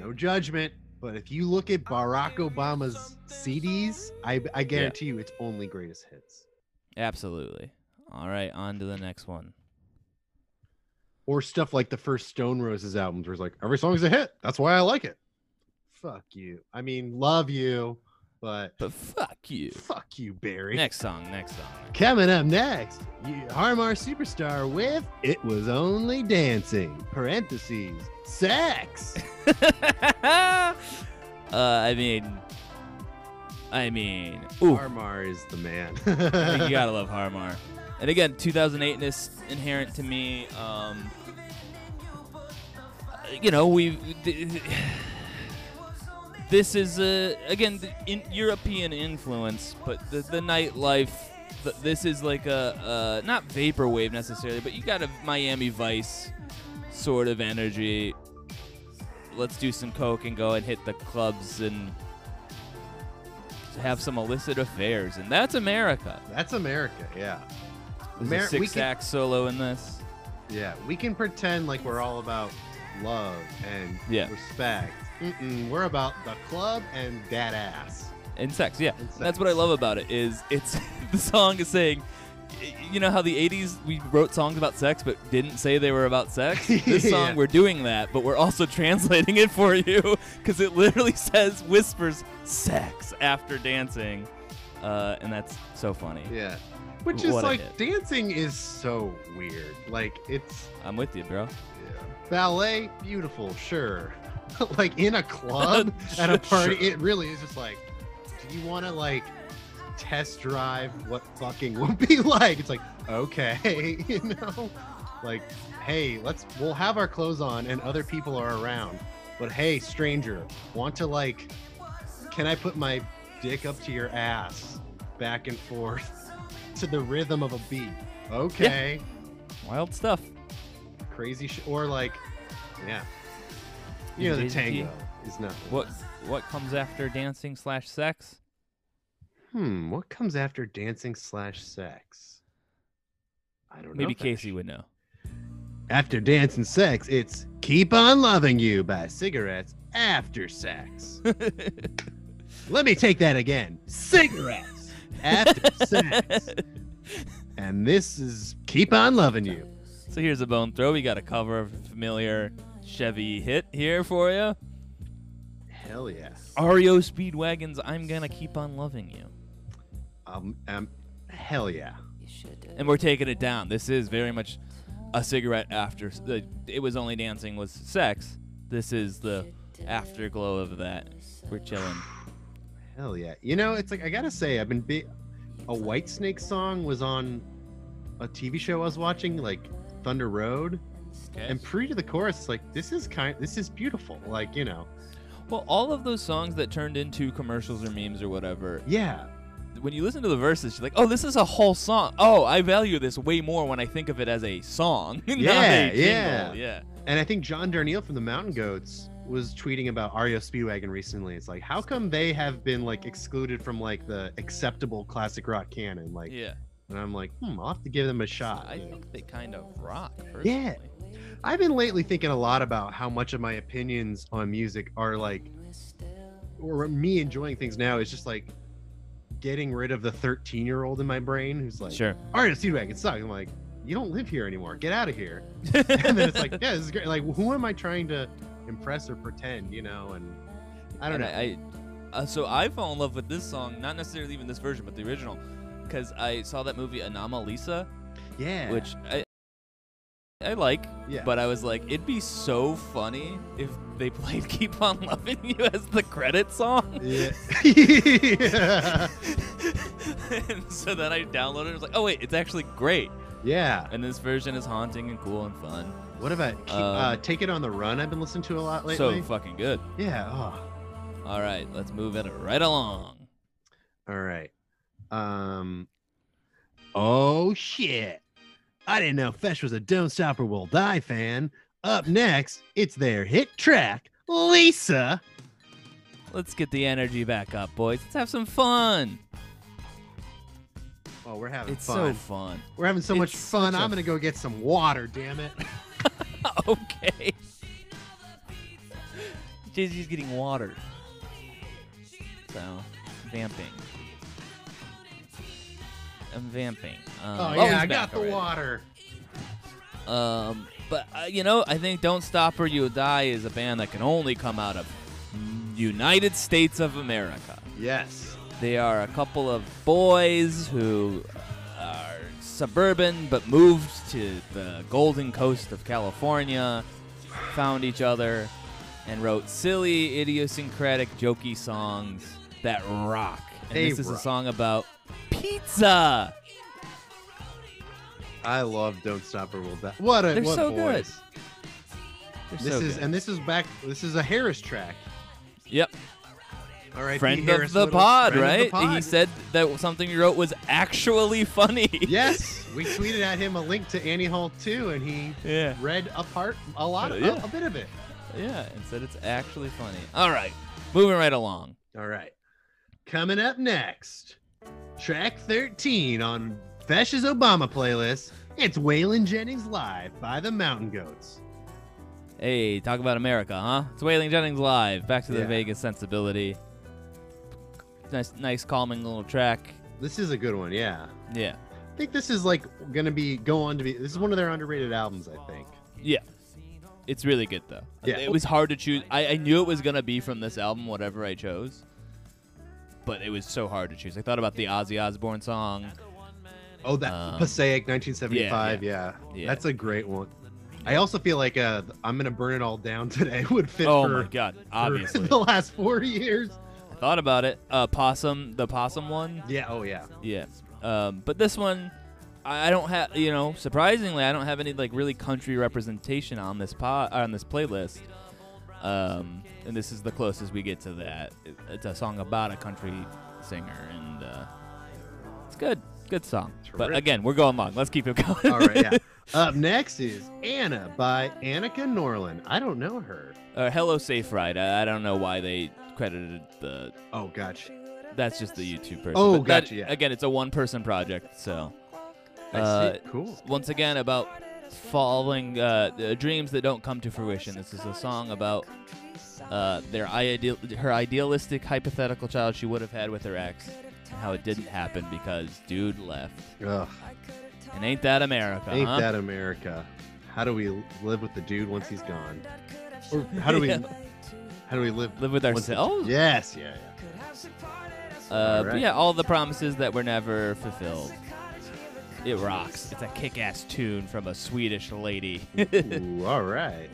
S1: no judgment, but if you look at Barack Obama's CDs, I I guarantee you it's only greatest hits
S2: Absolutely. All right, on to the next one.
S1: or stuff like the first Stone Roses albums, where it's like every song's a hit. That's why I like it. Fuck you. I mean, love you, but
S2: But fuck you.
S1: fuck you, Barry.
S2: Next song, next song. (laughs)
S1: Coming up next, you Harmar Superstar with It Was Only Dancing, parentheses, sex.
S2: uh, I mean, I mean, ooh,
S1: Harmar is the
S2: (laughs)
S1: man.
S2: I think you gotta love Harmar. And again, 2008 is inherent to me. Um, you know, we. (sighs) This is a again the in, European influence, but the, the nightlife. th this is like a, a not vaporwave necessarily, but you got a Miami Vice sort of energy. Let's do some coke and go and hit the clubs and have some illicit affairs, and that's America.
S1: (laughs) That's America, yeah.
S2: There's
S1: Mer-
S2: a
S1: we
S2: six
S1: can-
S2: sax solo in this.
S1: Yeah, we can pretend like we're all about love and
S2: Yeah.
S1: respect. Mm-mm, we're about the club and that ass.
S2: And sex, yeah.
S1: And
S2: That's what I love about it is it's (laughs) the song is saying you know how the 80s we wrote songs about sex but didn't say they were about (laughs) sex? This song
S1: Yeah.
S2: we're doing that, but we're also (laughs) translating it for you cuz it literally (laughs) says whispers sex after dancing. Uh, and that's so funny.
S1: Yeah. Which is
S2: What a
S1: like
S2: hit.
S1: dancing is so weird. Like it's
S2: I'm with you, bro.
S1: ballet, beautiful, sure. (laughs) like in a club at a party,
S2: Sure.
S1: it really is just like, do you want to like test drive what fucking (laughs) would be like? It's like, okay, (laughs) you know, like, hey, let's we'll have our clothes on and other people are around, but hey, stranger, want to like, can I put my dick up to your ass back and forth (laughs) to the rhythm of a beat? Okay
S2: Wild stuff.
S1: crazy sh- or like yeah you know the
S2: Indeed.
S1: tango is not
S2: What what comes after dancing slash sex?
S1: hmm what comes after dancing slash sex i don't know
S2: Maybe
S1: if I-
S2: Casey would know.
S1: after dance and sex it's keep on loving you by cigarettes after
S2: (laughs)
S1: sex let me take that again cigarettes after sex
S2: (laughs)
S1: and this is keep on loving you
S2: So here's a bone throw. We got a cover of a familiar Chevy hit here for you.
S1: hell yeah
S2: REO E Speedwagon's "I'm Gonna Keep on Loving You,"
S1: um, um hell yeah
S2: and we're taking it down. This is very much a cigarette after. s- The, it was only dancing was sex. This is the afterglow of that. We're chilling.
S1: Hell yeah! You know, it's like I gotta say, I've been big. A White Snake song was on a TV show I was watching, like Thunder Road,
S2: Okay.
S1: and pre to the chorus, like this is kind, this is beautiful, like you know,
S2: Well, all of those songs that turned into commercials or memes or whatever.
S1: yeah,
S2: When you listen to the verses, you're like, "Oh, this is a whole song. Oh, I value this way more when I think of it as a song, (laughs) not
S1: Yeah,
S2: a jingle.
S1: yeah.
S2: yeah."
S1: And I think John Darnielle from the Mountain Goats was tweeting about Ario Speedwagon recently. It's like, how come they have been like excluded from like the acceptable classic rock canon? Like,
S2: Yeah.
S1: and I'm like, hmm, I'll have to give them a shot.
S2: I
S1: you know?
S2: think they kind of rock. Personally.
S1: Yeah. I've been lately thinking a lot about how much of my opinions on music are like, or me enjoying things now is just like getting rid of the 13 year old in my brain who's like,
S2: Sure. (laughs)
S1: Artist Seedwagon sucks. I'm like, you don't live here anymore. Get out of here. (laughs) (laughs) and then it's like, yeah, this is great. Like, who am I trying to impress or pretend, you know? And I don't
S2: And
S1: know.
S2: I, I- uh, so I fall in love with this song, not necessarily even this version, but the original, because I saw that movie Anomalisa,
S1: yeah.
S2: which I I like,
S1: yeah.
S2: but I was like, it'd be so funny if they played (laughs) "Keep on Loving You" as the
S1: (laughs)
S2: credit song.
S1: (laughs) yeah.
S2: and so then I downloaded it. I was like, oh wait, it's actually great.
S1: yeah.
S2: And this version is haunting and cool and fun.
S1: What about keep,
S2: Um,
S1: uh, Take It on the Run? I've been listening to a lot lately.
S2: So fucking good.
S1: yeah. Oh.
S2: All right, let's move it right along.
S1: All right. Um. Oh shit! I didn't know Fesh was a Don't Stop or Will Die fan. Up next, it's their hit track, Lisa.
S2: Let's get the energy back up, boys. Let's have some fun.
S1: Oh, we're having
S2: It's so
S1: fun.
S2: fun. (laughs)
S1: we're having so much
S2: it's
S1: fun.
S2: such a-
S1: I'm gonna go get some water. Damn
S2: (laughs)
S1: it!
S2: okay. Jay-Z's getting water. So, vamping. I'm vamping. Um,
S1: oh
S2: he's
S1: yeah, I
S2: back
S1: got the
S2: already.
S1: water.
S2: Um, but uh, you know, I think "Don't Stop or You'll Die" is a band that can only come out of United States of America.
S1: Yes.
S2: They are a couple of boys who are suburban but moved to the golden coast of California, found each other, and wrote silly, idiosyncratic, jokey songs that rock. And
S1: They
S2: this is
S1: rock.
S2: a song about pizza.
S1: I love Don't Stop or Will Die. What a
S2: They're
S1: what
S2: so good.
S1: boys.
S2: They're
S1: This
S2: so
S1: is
S2: good.
S1: and this is back. This is a Harris track.
S2: yep,
S1: All right,
S2: friend of the pod,
S1: The
S2: right?
S1: pod.
S2: He said that something he wrote was actually funny.
S1: yes. We tweeted at him a link to Annie Hall too, and he
S2: (laughs) yeah.
S1: read a part, a lot,
S2: Uh,
S1: of
S2: yeah.
S1: a, bit of it.
S2: Yeah, and said it's actually funny. All right, moving right along.
S1: All right. Coming up next, track 13 on Fesh's Obama playlist. It's Waylon Jennings Live by the Mountain Goats.
S2: Hey, talk about America, huh? It's Wailing Jennings live. Back to the
S1: Yeah.
S2: Vegas sensibility. Nice, nice, calming little track.
S1: This is a good one, yeah.
S2: Yeah,
S1: I think this is like gonna be go on to be this is one of their underrated albums, I think.
S2: yeah. It's really good though.
S1: Yeah.
S2: It was hard to choose. I, I knew it was gonna be from this album, whatever I chose. But it was so hard to choose. I thought about the Ozzy Osbourne song.
S1: Oh, that
S2: Um,
S1: Passaic 1975, yeah,
S2: yeah.
S1: That's a great one. I also feel like uh, I'm gonna burn it all down (laughs) today would fit
S2: oh
S1: for,
S2: my god!
S1: for
S2: Obviously,
S1: (laughs) the last four years.
S2: I thought about it. Uh, possum, the possum one.
S1: Yeah, oh (laughs) yeah.
S2: Yeah. Um, but this one, I I don't have. You know, surprisingly, I don't have any like really country representation on this pod on this playlist. Um, and this is the closest we get to that. It- It's a song about a country singer, and uh, it's good. Good song. But
S1: Terrific.
S2: again, we're going long. Let's keep it (laughs) going.
S1: All right, yeah. Up next is Anna by Annika Norlin. I don't know her.
S2: uh, Hello, Safe Ride. I, I don't know why they credited the.
S1: Oh, gotcha.
S2: That's just the YouTube person.
S1: Oh,
S2: But that-
S1: gotcha, yeah.
S2: Again, it's a one-person project, so.
S1: I
S2: Uh,
S1: see. Cool.
S2: once again about falling uh, uh, dreams that don't come to fruition. This is a song about uh, their ideal, her idealistic hypothetical child she would have had with her ex, and how it didn't happen because dude left.
S1: Ugh,
S2: And ain't that America?
S1: ain't
S2: huh?
S1: that America? How do we live with the dude once he's gone? Or how do we
S2: Yeah. (laughs)
S1: how do we live
S2: Live with
S1: once the-
S2: ourselves?
S1: Yes, yeah, yeah.
S2: Uh,
S1: Alright.
S2: But yeah, all the promises that were never fulfilled. It rocks. It's a kick-ass tune from a Swedish lady. (laughs) it
S1: Ooh, all right.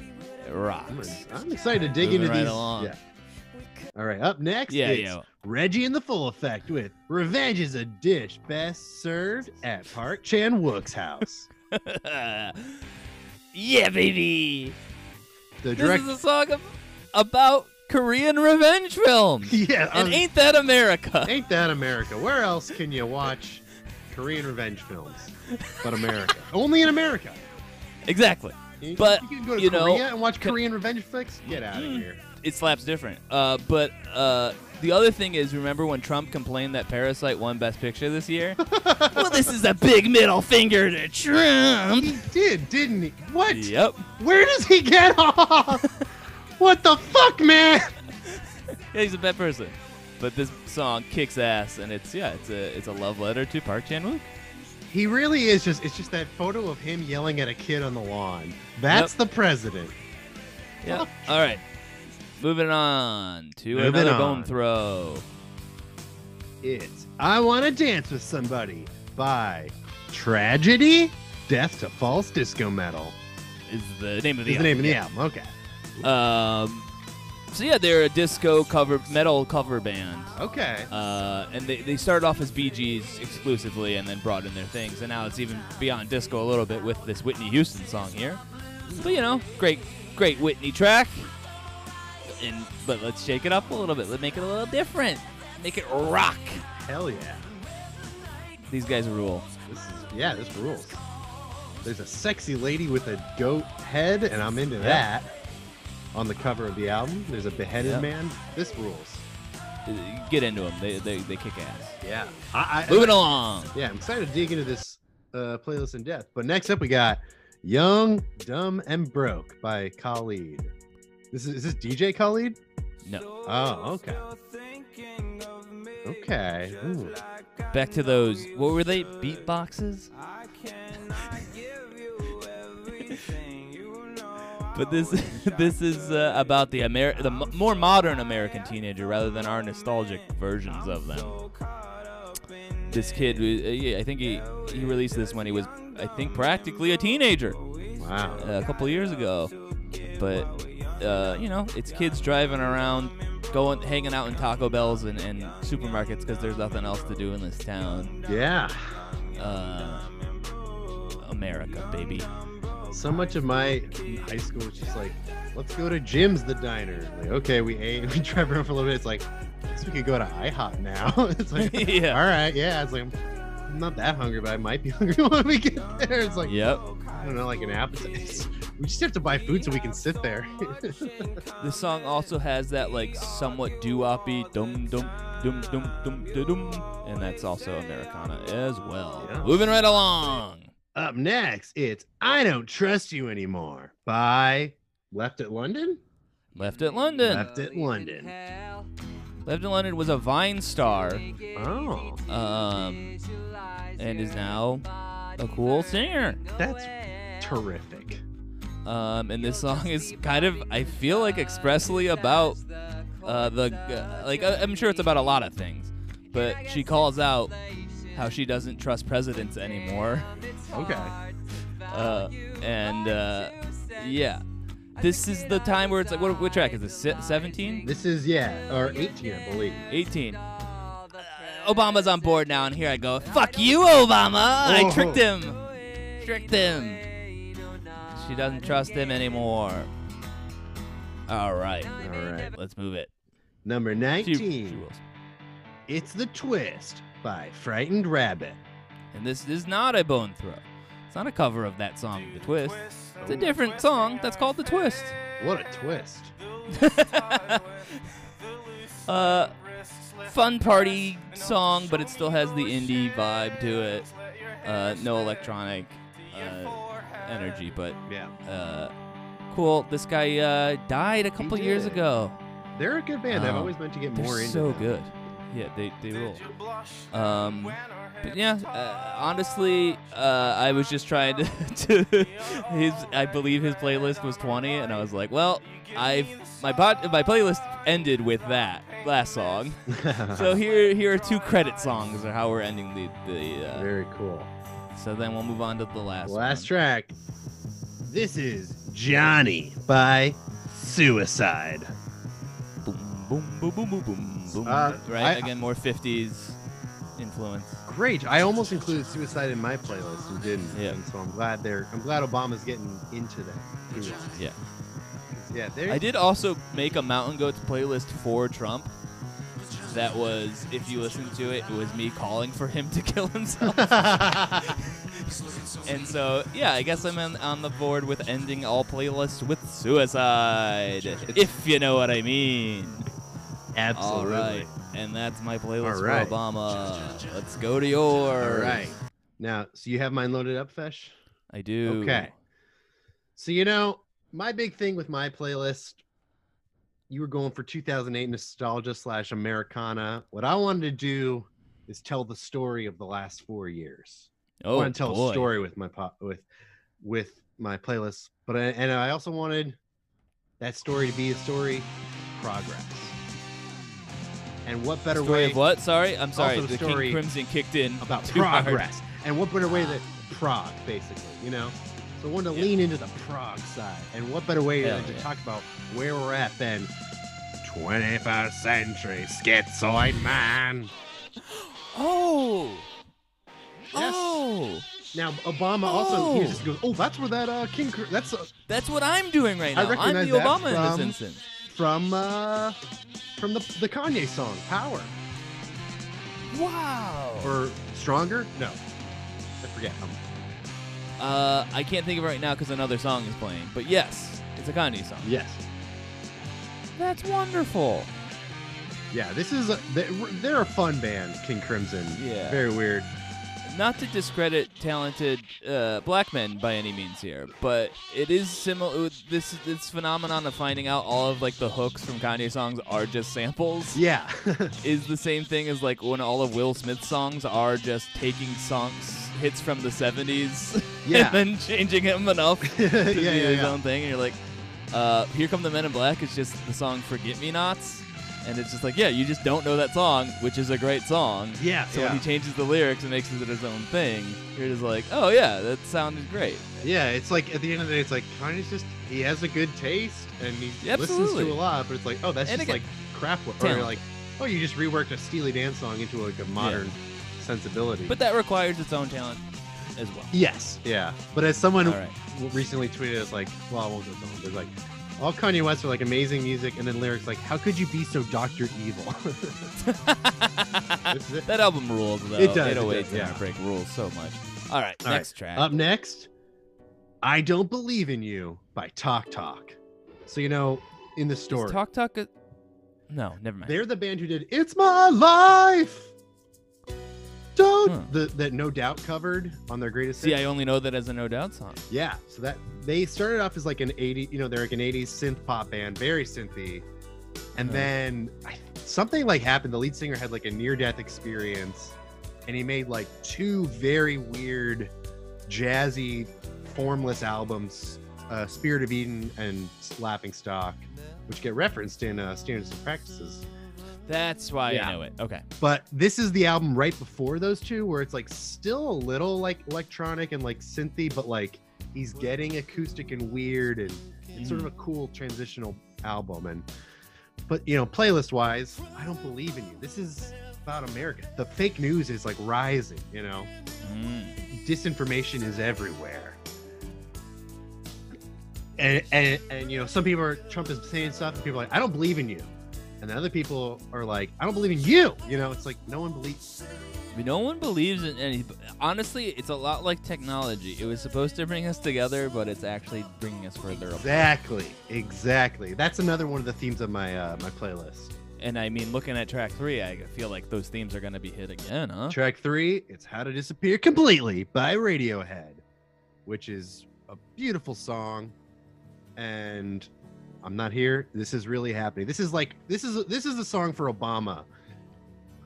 S1: I'm,
S2: rocks.
S1: I'm excited to dig
S2: Moving
S1: into
S2: right
S1: these.
S2: along.
S1: Yeah. All right, up next
S2: Yeah,
S1: it's
S2: yeah.
S1: Reggie in the full effect with Revenge is a dish best served at Park Chan Wook's house.
S2: (laughs) yeah, baby.
S1: The
S2: This
S1: direct
S2: is a song ab- about Korean revenge films.
S1: Yeah,
S2: (laughs) And
S1: um,
S2: ain't that America?
S1: Ain't that America? Where else can you watch Korean revenge films but
S2: (laughs)
S1: America? Only in America.
S2: (laughs) Exactly.
S1: You-
S2: But,
S1: you can go to
S2: you know,
S1: Korea and watch
S2: can-
S1: Korean revenge flicks. Get out of
S2: Mm.
S1: here.
S2: It slaps different. Uh, but uh, the other thing is, remember when Trump complained that Parasite won Best Picture
S1: (laughs)
S2: this year? well, this is a big middle finger to Trump.
S1: He did, didn't he? What?
S2: Yep.
S1: Where does he get (laughs) off? what the fuck, man?
S2: Yeah, he's a bad person. But this song kicks ass, and it's yeah, it's a it's a love letter to Park Chan Wook.
S1: He really is just it's just that photo of him yelling at a kid on the lawn. That's the president.
S2: Yeah. All right. Moving on to
S1: Moving
S2: another
S1: on.
S2: bone throw.
S1: It's I Wanna Dance with Somebody by Tragedy Death to False Disco Metal.
S2: Is the name of
S1: Is
S2: the
S1: the name of the album. Okay.
S2: Um, so yeah, they're a disco cover metal cover band.
S1: Okay.
S2: Uh, and they, they started off as Bee Gees exclusively and then brought in their things. And now it's even beyond disco a little bit with this Whitney Houston song here. But you know, great, great Whitney track. And But let's shake it up a little bit. Let's make it a little different. Make it rock.
S1: Hell yeah.
S2: These guys rule.
S1: This is yeah, this rules. There's a sexy lady with a goat head, and I'm into that. On the cover of the album, there's a beheaded
S2: Yeah.
S1: man. This rules.
S2: Uh, Get into them. They, they, they kick ass.
S1: Yeah. I, I,
S2: Moving along.
S1: Yeah, I'm excited to dig into this uh, playlist in depth. But next up, we got "Young, Dumb, and Broke" by Khalid. This is, is this DJ Khalid?
S2: No.
S1: Oh, okay. Okay. Ooh.
S2: Back to those. What were they? Beatboxes? (laughs) But this (laughs) this is uh, about the Amer- the m- more modern American teenager rather than our nostalgic versions of them. This kid, was- uh, yeah, I think he, he released this when he was, I think, practically a teenager uh,
S1: Wow.
S2: a couple years ago. But uh, you know, it's kids driving around, going, hanging out in Taco Bells and, and supermarkets because there's nothing else to do in this town.
S1: Yeah.
S2: Uh, America, baby.
S1: So much of my high school was just like, let's go to Jim's the diner. Like, okay, we ate, (laughs) we drive around for a little bit. It's like, I guess we could go to IHOP now. (laughs) it's like, all
S2: (laughs) yeah.
S1: right, yeah. It's like, I'm not that hungry, but I might be (laughs) hungry when we get there. It's like,
S2: Yep.
S1: I don't know, like an appetite. (laughs) We just have to buy food so we can sit there. (laughs)
S2: This song also has that like somewhat doo-woppy dum dum dum dum dum dum, dum and that's also Americana as well.
S1: Yeah.
S2: Moving right along.
S1: Up next, it's I Don't Trust You Anymore by Left at London.
S2: Left at London.
S1: Left at London.
S2: Left at London was a Vine star,
S1: Oh,
S2: um, and is now a cool singer.
S1: that's terrific.
S2: Um, and this song is kind of I feel like expressly about uh, the uh, like I- I'm sure it's about a lot of things, but she calls out how she doesn't trust presidents anymore.
S1: Okay.
S2: uh, and uh, yeah, this is the time where it's like, what, what track is this? Se- 17?
S1: This is, yeah, or 18, I believe.
S2: 18. Uh, Obama's on board now, and here I go. Fuck you, Obama! I
S1: Oh.
S2: tricked him. Tricked him. She doesn't trust him anymore. All right,
S1: All right.
S2: let's move it.
S1: Number
S2: She- she
S1: 19,
S2: rules.
S1: It's the Twist by Frightened Rabbit.
S2: And this is not a bone throw. It's not a cover of that song, The Twist. It's a different song that's called The Twist.
S1: What a twist.
S2: uh, fun party song, but it still has the indie vibe to it. Uh, no electronic uh, energy, but
S1: Yeah.
S2: uh, cool. This guy uh, died a couple years
S1: did.
S2: ago.
S1: They're a good band. I've
S2: Um,
S1: always meant to get
S2: They're
S1: more into
S2: so
S1: them.
S2: good. Yeah, they they rule. Um, but yeah, uh, honestly, uh, I was just trying to, (laughs) to his. I believe his playlist was 20, and I was like, well, I my pod, my playlist ended with that last song.
S1: (laughs)
S2: So here here are two credit songs, or how we're ending the the. Uh,
S1: Very cool.
S2: so then we'll move on to the last.
S1: Last
S2: one.
S1: track. This is Johnny by Suicide.
S2: Boom boom boom boom boom boom. boom.
S1: Uh, I-
S2: right again, more 50s influence.
S1: Great. I almost included Suicide in my playlist and didn't.
S2: Yeah.
S1: And so I'm glad they're I'm glad Obama's getting into that.
S2: Yeah.
S1: Yeah, there
S2: I did also make a Mountain Goats playlist for Trump. That was, if you listen to it, it was me calling for him to (laughs) kill
S1: (laughs)
S2: himself. and so, yeah, I guess I'm on, on the board with ending all playlists with suicide, if you know what I mean.
S1: Absolutely.
S2: All right, and that's my playlist
S1: All right. (laughs)
S2: for Obama. Let's go to yours.
S1: All right. Now, so you have mine loaded up, Fesh?
S2: I do.
S1: Okay. So you know, my big thing with my playlist, you were going for 2008 nostalgia slash Americana. What I wanted to do is tell the story of the last four years. I
S2: Oh,
S1: want to tell
S2: boy.
S1: a story with my pop with with my playlist, but I, and I also wanted that story to be a story progress. And what better
S2: Story
S1: way
S2: of what? Sorry, I'm sorry.
S1: Also
S2: the
S1: the story
S2: King Crimson kicked in
S1: about
S2: (laughs) too hard.
S1: progress? And what better way that prog basically, you know? So I wanted to
S2: Yeah.
S1: lean into the prog side. And what better way
S2: Hell
S1: than to
S2: yeah.
S1: talk about where we're at than 21st century schizoid man.
S2: Oh.
S1: Yes.
S2: Oh,
S1: Now Obama also
S2: Oh.
S1: he just goes, oh, that's where that uh, King Cr- that's uh,
S2: that's what I'm doing right
S1: I
S2: now. I'm
S1: recognize
S2: the
S1: that
S2: Obama in
S1: from-
S2: this instance.
S1: from uh from the the Kanye song Power
S2: Wow.
S1: or Stronger? No. I forget. Um,
S2: Uh, I can't think of it right now because another song is playing. But yes, it's a Kanye song.
S1: yes.
S2: That's wonderful.
S1: Yeah, this is a they- they're a fun band, King Crimson.
S2: Yeah.
S1: Very weird.
S2: Not to discredit talented uh, black men by any means here, but it is similar. This this phenomenon of finding out all of like the hooks from Kanye songs are just samples (laughs)
S1: Yeah.
S2: is the same thing as like when all of Will Smith's songs are just taking songs hits from the 70s
S1: yeah.
S2: (laughs) and then changing them enough
S1: (laughs) yeah,
S2: (laughs) to
S1: yeah,
S2: do his
S1: yeah.
S2: own thing, and you're like, uh, "Here Come the Men in Black" is just the song "Forget Me Nots," and it's just like, yeah, you just don't know that song, which is a great song.
S1: Yeah,
S2: So
S1: yeah.
S2: when he changes the lyrics and makes it his own thing, you're just like, "Oh yeah, that sounded great."
S1: yeah, it's like at the end of the day, it's like Kanye's just he has a good taste and he
S2: Yeah,
S1: listens to
S2: absolutely.
S1: a lot, but it's like, oh, that's
S2: And
S1: just
S2: again,
S1: like crap. Or
S2: talent.
S1: like, oh, you just reworked a Steely Dan song into like a modern sensibility.
S2: But that requires its own talent as well.
S1: yes, yeah. But as someone
S2: All right.
S1: w- recently tweeted us like, well, I won't go someone, but like, all Kanye West are like amazing music, and then lyrics like, how could you be so Doctor Evil? (laughs) This is it.
S2: (laughs) that album rules though.
S1: It does, it
S2: 808s
S1: does,
S2: and
S1: yeah.
S2: Heartbreak rules so much. All right,
S1: All right,
S2: next track.
S1: Up next, I don't believe in you by Talk Talk. So you know, in the
S2: Is
S1: story,
S2: Talk Talk. A- no, never mind.
S1: they're the band who did "It's My Life." Don't
S2: Huh.
S1: the, that no doubt covered on their greatest
S2: See,
S1: hits.
S2: I only know that as a No Doubt song.
S1: Yeah, so that they started off as like an 80, you know, they're like an 80s synth pop band, very synthy. And
S2: Right.
S1: then I, something like happened. The lead singer had like a near death experience and he made like two very weird, jazzy, formless albums uh, Spirit of Eden and Laughing Stock, which get referenced in uh, Standards and Practices.
S2: That's why
S1: Yeah.
S2: I know it. Okay.
S1: But this is the album right before those two where it's like still a little like electronic and like synthy, but like he's getting acoustic and weird and it's sort of a cool transitional album and but you know playlist wise i don't believe in you this is about america the fake news is like rising you know
S2: Mm.
S1: disinformation is everywhere and and, and you know some people are trump is saying stuff and people are like i don't believe in you and then other people are like i don't believe in you you know it's like no one believes
S2: No one believes in any. Honestly, it's a lot like technology. It was supposed to bring us together, but it's actually bringing us further apart.
S1: exactly exactly that's another one of the themes of my uh, my playlist
S2: And I mean, looking at track three, I feel like those themes are going to be hit again, huh?
S1: Track three, it's How to Disappear Completely by Radiohead, which is a beautiful song. And I'm not here. This is really happening. This is like this is this is a song for Obama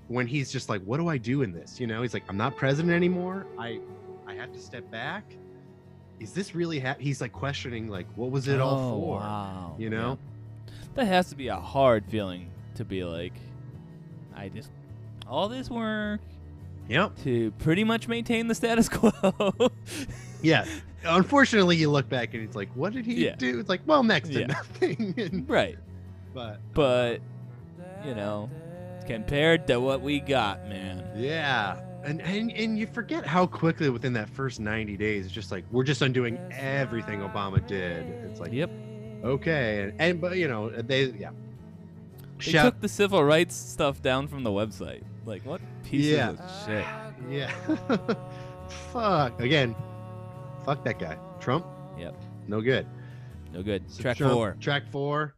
S1: when he's just like, What do I do in this? You know, he's like, I'm not president anymore. I I have to step back. Is this really ha-? he's like questioning like what was it all
S2: Oh,
S1: for?
S2: Wow.
S1: you know?
S2: Yeah. That has to be a hard feeling to be like, I just. All this work
S1: Yep.
S2: to pretty much maintain the status quo. (laughs)
S1: Yeah. Unfortunately, you look back and it's like, what did he
S2: Yeah.
S1: do? It's like, well, next to
S2: Yeah.
S1: nothing. (laughs) And-
S2: right.
S1: but
S2: But, you know, compared to what we got, man.
S1: Yeah. And, and and you forget how quickly within that first 90 days it's just like we're just undoing everything Obama did. It's like
S2: Yep.
S1: okay and, and but you know they yeah.
S2: They
S1: Shout
S2: took the civil rights stuff down from the website. Like what pieces
S1: Yeah.
S2: of shit?
S1: yeah. (laughs) fuck again. Fuck that guy. Trump?
S2: Yep.
S1: No good.
S2: No good.
S1: So
S2: Track
S1: Trump-
S2: four.
S1: Track 4.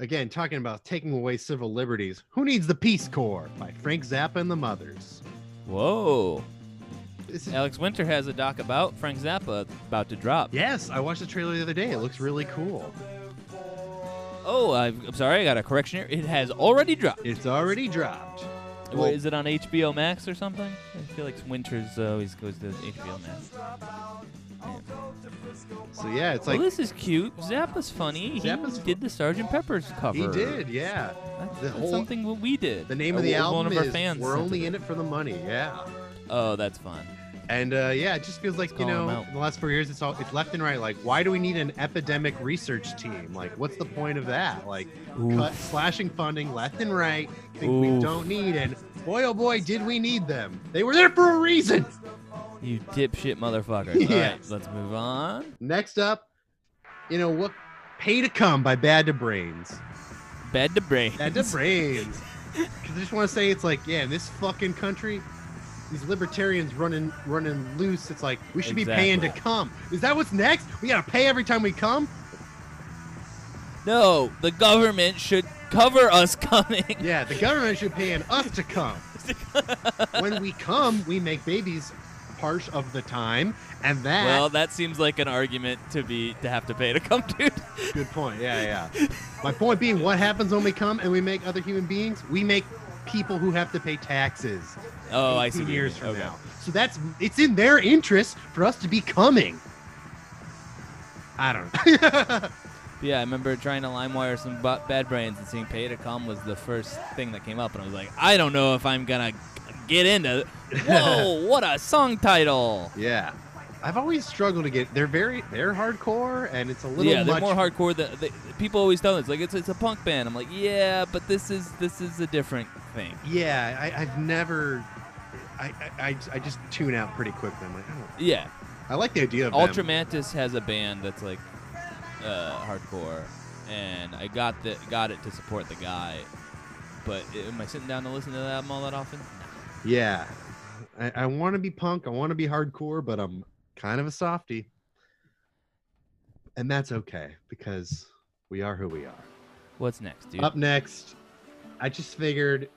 S1: Again talking about taking away civil liberties. Who needs the Peace Corps by Frank Zappa and the Mothers.
S2: Whoa.
S1: This is
S2: Alex Winter has a doc about Frank Zappa about to drop.
S1: Yes, I watched the trailer the other day. It looks really cool.
S2: Oh, i I'm sorry, I got a correction here. It has already dropped.
S1: It's already dropped.
S2: Wait,
S1: Well-
S2: is it on HBO Max or something? I feel like Winters uh, always goes to HBO Max. Yeah.
S1: So yeah, it's
S2: Well,
S1: like
S2: Oh, this is cute. Zappa's funny.
S1: Zappa's
S2: he did the Sgt. Pepper's cover.
S1: he did. Yeah.
S2: That's,
S1: The
S2: that's
S1: whole-
S2: something what we did.
S1: The name
S2: Uh,
S1: of the
S2: one
S1: album
S2: of our
S1: is
S2: fans
S1: "We're
S2: sent
S1: Only
S2: it.
S1: in It for the Money." Yeah.
S2: Oh, that's fun.
S1: And uh, yeah, it just feels like you
S2: call 'em
S1: know,
S2: out.
S1: in the last four years, it's all it's left and right. Like, why do we need an epidemic research team? Like, what's the point of that? Like, cut
S2: Oof.
S1: slashing funding left and right. Think we
S2: Oof.
S1: don't need, and boy oh boy, did we need them? They were there for a reason.
S2: You dipshit
S1: (laughs)
S2: motherfucker. All right,
S1: Yes.
S2: let's move on.
S1: Next up, you know what? Pay to come by Bad to Brains.
S2: Bad to brain.
S1: Bad to Brains. Because I just want to say, it's like, yeah, in this fucking country. These libertarians running running loose. It's like we should be paying to
S2: Exactly.
S1: come. Is that what's next? We gotta pay every time we come.
S2: No, the government should cover
S1: (laughs)
S2: us coming.
S1: Yeah, the government should pay an us to
S2: (laughs)
S1: come. when we come, we make babies part of the time, and that
S2: Well, that seems like an argument to be to have to pay to come, (laughs) dude.
S1: good point. Yeah, yeah. My point being, what happens when we come and we make other human beings? We make people who have to pay taxes.
S2: Oh, I
S1: 18
S2: see. what you
S1: Years
S2: mean.
S1: from
S2: Okay.
S1: now, so that's it's in their interest for us to be coming. I don't know.
S2: Yeah, I remember trying to LimeWire some b- bad brains and seeing pay to come was the first thing that came up, and I was like, I don't know if I'm gonna
S1: (laughs)
S2: get into. Whoa, what a song title!
S1: (laughs) yeah, I've always struggled to get. They're very they're hardcore, and it's a little
S2: yeah, they're
S1: much
S2: more hardcore than they, people always tell us. Like it's it's a punk band. I'm like, yeah, but this is this is a different thing.
S1: Yeah, I, I've never. I, I, I- I just tune out pretty quickly. I'm like, I, don't,
S2: Yeah,
S1: I like the idea of
S2: Ultra
S1: them.
S2: Mantis has a band that's like uh, hardcore, and I got the got it to support the guy. But am I sitting down to listen to that album all that often?
S1: Yeah, I, I want to be punk. I want to be hardcore, but I'm kind of a softie, and that's okay because we are who we are.
S2: What's next, dude?
S1: Up next, I just figured,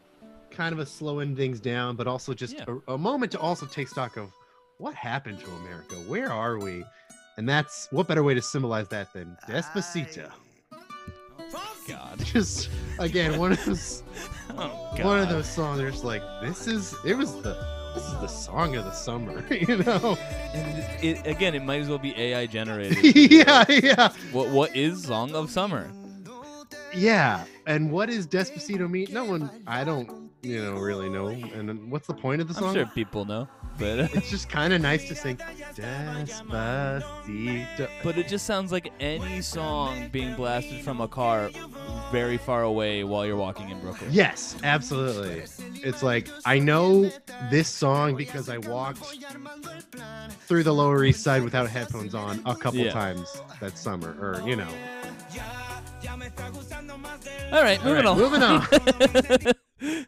S1: kind of a slowing things down, but also just
S2: Yeah.
S1: a, a moment to also take stock of what happened to America. Where are we? And that's what better way to symbolize that than Despacito.
S2: God.
S1: (laughs) just again one of
S2: (laughs)
S1: those
S2: Oh,
S1: one of those songs. There's like this is it was the this is the song of the summer, (laughs) you know?
S2: And it, it- again, it might as well be
S1: (laughs)
S2: AI generated.
S1: yeah, yeah,
S2: what what is Song of Summer?
S1: yeah. And what does Despacito mean? No one, I don't, you know, really know. And then what's the point of the
S2: I'm
S1: song?
S2: sure people know, but (laughs)
S1: It's just kind of nice to sing Despacito.
S2: but it just sounds like any song being blasted from a car very far away while you're walking in Brooklyn.
S1: Yes, absolutely. It's like I know this song because I walked through the Lower East Side without headphones on a couple
S2: Yeah.
S1: times that summer, or you know.
S2: All right,
S1: All
S2: moving
S1: right,
S2: on.
S1: moving on.
S2: (laughs) on.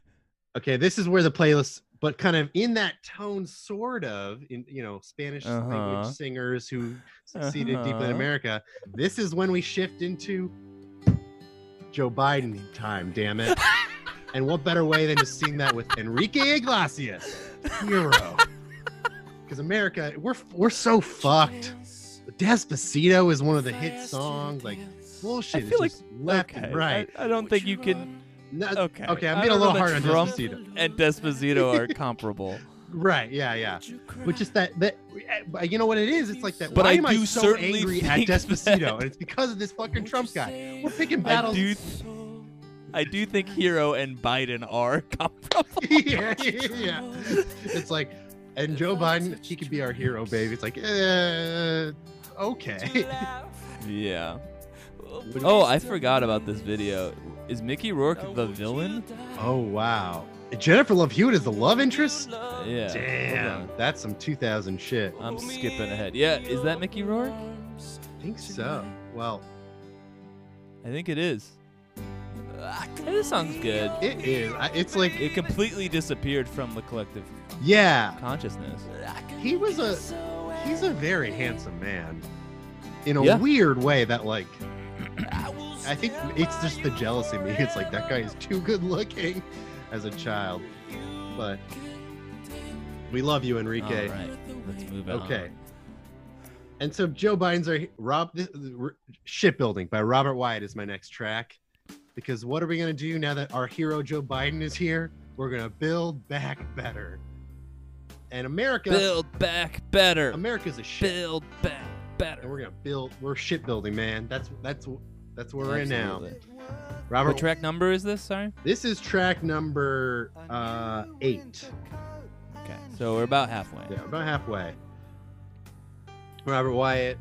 S1: Okay, this is where the playlist, but kind of in that tone, sort of in you know Spanish
S2: Uh-huh.
S1: language singers who succeeded deeply in
S2: Uh-huh.
S1: America. This is when we shift into Joe Biden time. Damn
S2: (laughs)
S1: it! and what better way than to sing that with Enrique Iglesias,
S2: (laughs)
S1: hero? Because America, we're we're so fucked. Despacito is one of the hit songs. Like bullshit,
S2: I
S1: it's
S2: feel like-
S1: just left
S2: okay, Oh.
S1: and right.
S2: I, I don't think you can.
S1: No,
S2: Okay.
S1: okay, I'm
S2: I
S1: being a
S2: don't know
S1: little
S2: that
S1: hard on
S2: Trump
S1: Despacito.
S2: and Despacito are comparable,
S1: Right. Yeah. Yeah. But
S2: (laughs)
S1: just that that uh, you know what it is? It's like that.
S2: But
S1: why
S2: I
S1: am I
S2: do
S1: so
S2: certainly
S1: angry at
S2: think
S1: Despacito?
S2: that-
S1: And it's because of this fucking Trump guy. We're picking
S2: I
S1: battles. (laughs)
S2: do. th- (laughs) I do think Hero and Biden are (laughs) comparable.
S1: yeah, yeah. It's like, and Joe Biden, he could be our hero, baby. It's like, uh, okay.
S2: Yeah. Oh, I forgot about this video. Is Mickey Rourke the villain?
S1: (laughs) Oh wow. Jennifer Love Hewitt is the love interest.
S2: Yeah.
S1: Damn,
S2: hold
S1: that's some 2000 shit.
S2: on. I'm skipping ahead. Yeah, is that Mickey Rourke?
S1: I think so. Well,
S2: I think it is. Ah, this song's good.
S1: it is. I- It's like,
S2: It completely disappeared from the collective
S1: yeah.
S2: consciousness.
S1: he was a he's a very handsome man in a
S2: Yeah.
S1: weird way that like i think it's just the jealousy in me it's like that guy is too good looking as a child but we love you enrique
S2: All right, let's move on.
S1: okay and so joe biden's are rob this, shipbuilding by robert wyatt is my next track because what are we going to do now that our hero joe biden is here We're gonna build back better. And America,
S2: Build back better.
S1: America's a shit,
S2: Build back
S1: and
S2: better.
S1: we're gonna build. We're shipbuilding, man. That's that's that's where we're in now.
S2: Absolutely.
S1: Robert,
S2: What track number is this? Sorry.
S1: this is track number uh, eight.
S2: Okay. So we're about halfway.
S1: Yeah, about halfway. Robert Wyatt,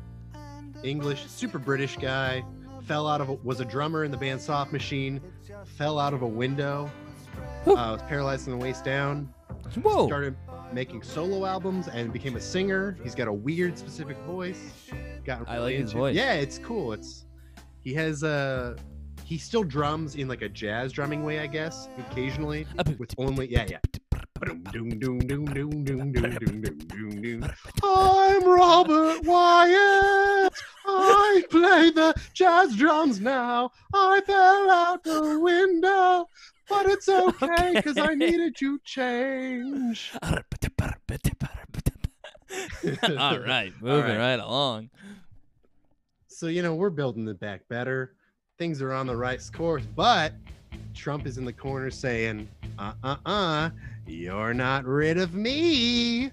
S1: English, super British guy, fell out of a, was a drummer in the band Soft Machine, fell out of a window, uh,
S2: Whew. Oh.
S1: was paralyzed from the waist down,
S2: Whoa.
S1: started making solo albums and became a singer. He's got a weird specific voice. Got
S2: I like his voice.
S1: Yeah, it's cool. It's he has a he still drums in like a jazz drumming way, I guess, occasionally with only yeah yeah. I'm Robert Wyatt. I play the jazz drums now. I fell out the window, but it's okay because I
S2: Okay.
S1: needed to change.
S2: (laughs) (laughs)
S1: (laughs)
S2: All right, moving
S1: right.
S2: right along.
S1: So, you know, we're building it back better. Things are on the right course, but Trump is in the corner saying, uh uh uh, you're not rid of me.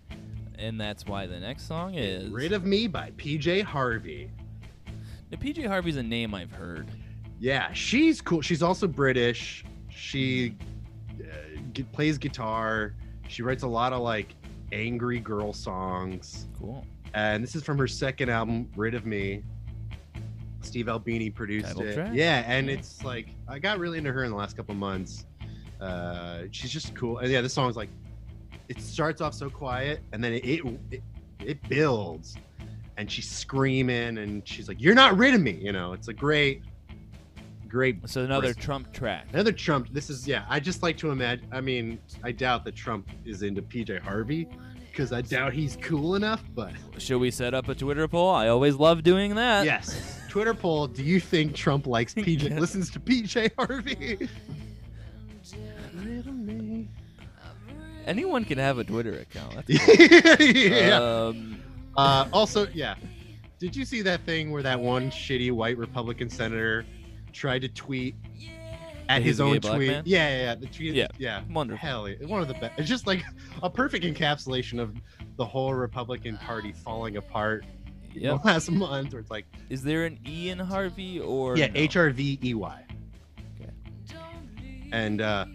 S2: And that's why the next song is
S1: Rid of Me by PJ Harvey.
S2: Now, PJ Harvey's a name I've heard.
S1: Yeah, she's cool. She's also British. She uh, g- plays guitar. She writes a lot of like angry girl songs.
S2: Cool.
S1: And this is from her second album, Rid of Me. Steve Albini produced
S2: Title
S1: it.
S2: track.
S1: Yeah, and
S2: Yeah.
S1: it's like I got really into her in the last couple months. Uh, she's just cool. And yeah, this song's like it starts off so quiet and then it it, it it builds and she's screaming and she's like, You're not rid of me, you know. It's a great great
S2: So another
S1: First-
S2: Trump track.
S1: Another Trump. This is yeah. I just like to imagine. I mean, I doubt that Trump is into PJ Harvey because I doubt he's cool enough. But
S2: Should we set up a Twitter poll? I always love doing that.
S1: yes, Twitter poll. Do you think Trump
S2: (laughs)
S1: likes PJ? listens to PJ Harvey?
S2: Anyone can have a Twitter account.
S1: (laughs)
S2: That's
S1: yeah.
S2: Um,
S1: Uh, also, yeah. Did you see that thing where that one shitty white Republican senator tried to tweet
S2: That
S1: at
S2: he's
S1: his
S2: a gay
S1: own
S2: black
S1: tweet?
S2: man?
S1: Yeah, yeah, yeah. The tweet.
S2: Yeah.
S1: yeah.
S2: wonderful.
S1: Hell, yeah. one of the best. It's just like a perfect encapsulation of the whole Republican Party falling apart in
S2: Yep.
S1: the last month. Where it's like,
S2: Is there an E in Harvey or
S1: yeah,
S2: no?
S1: HRVEY.
S2: Okay.
S1: E And uh,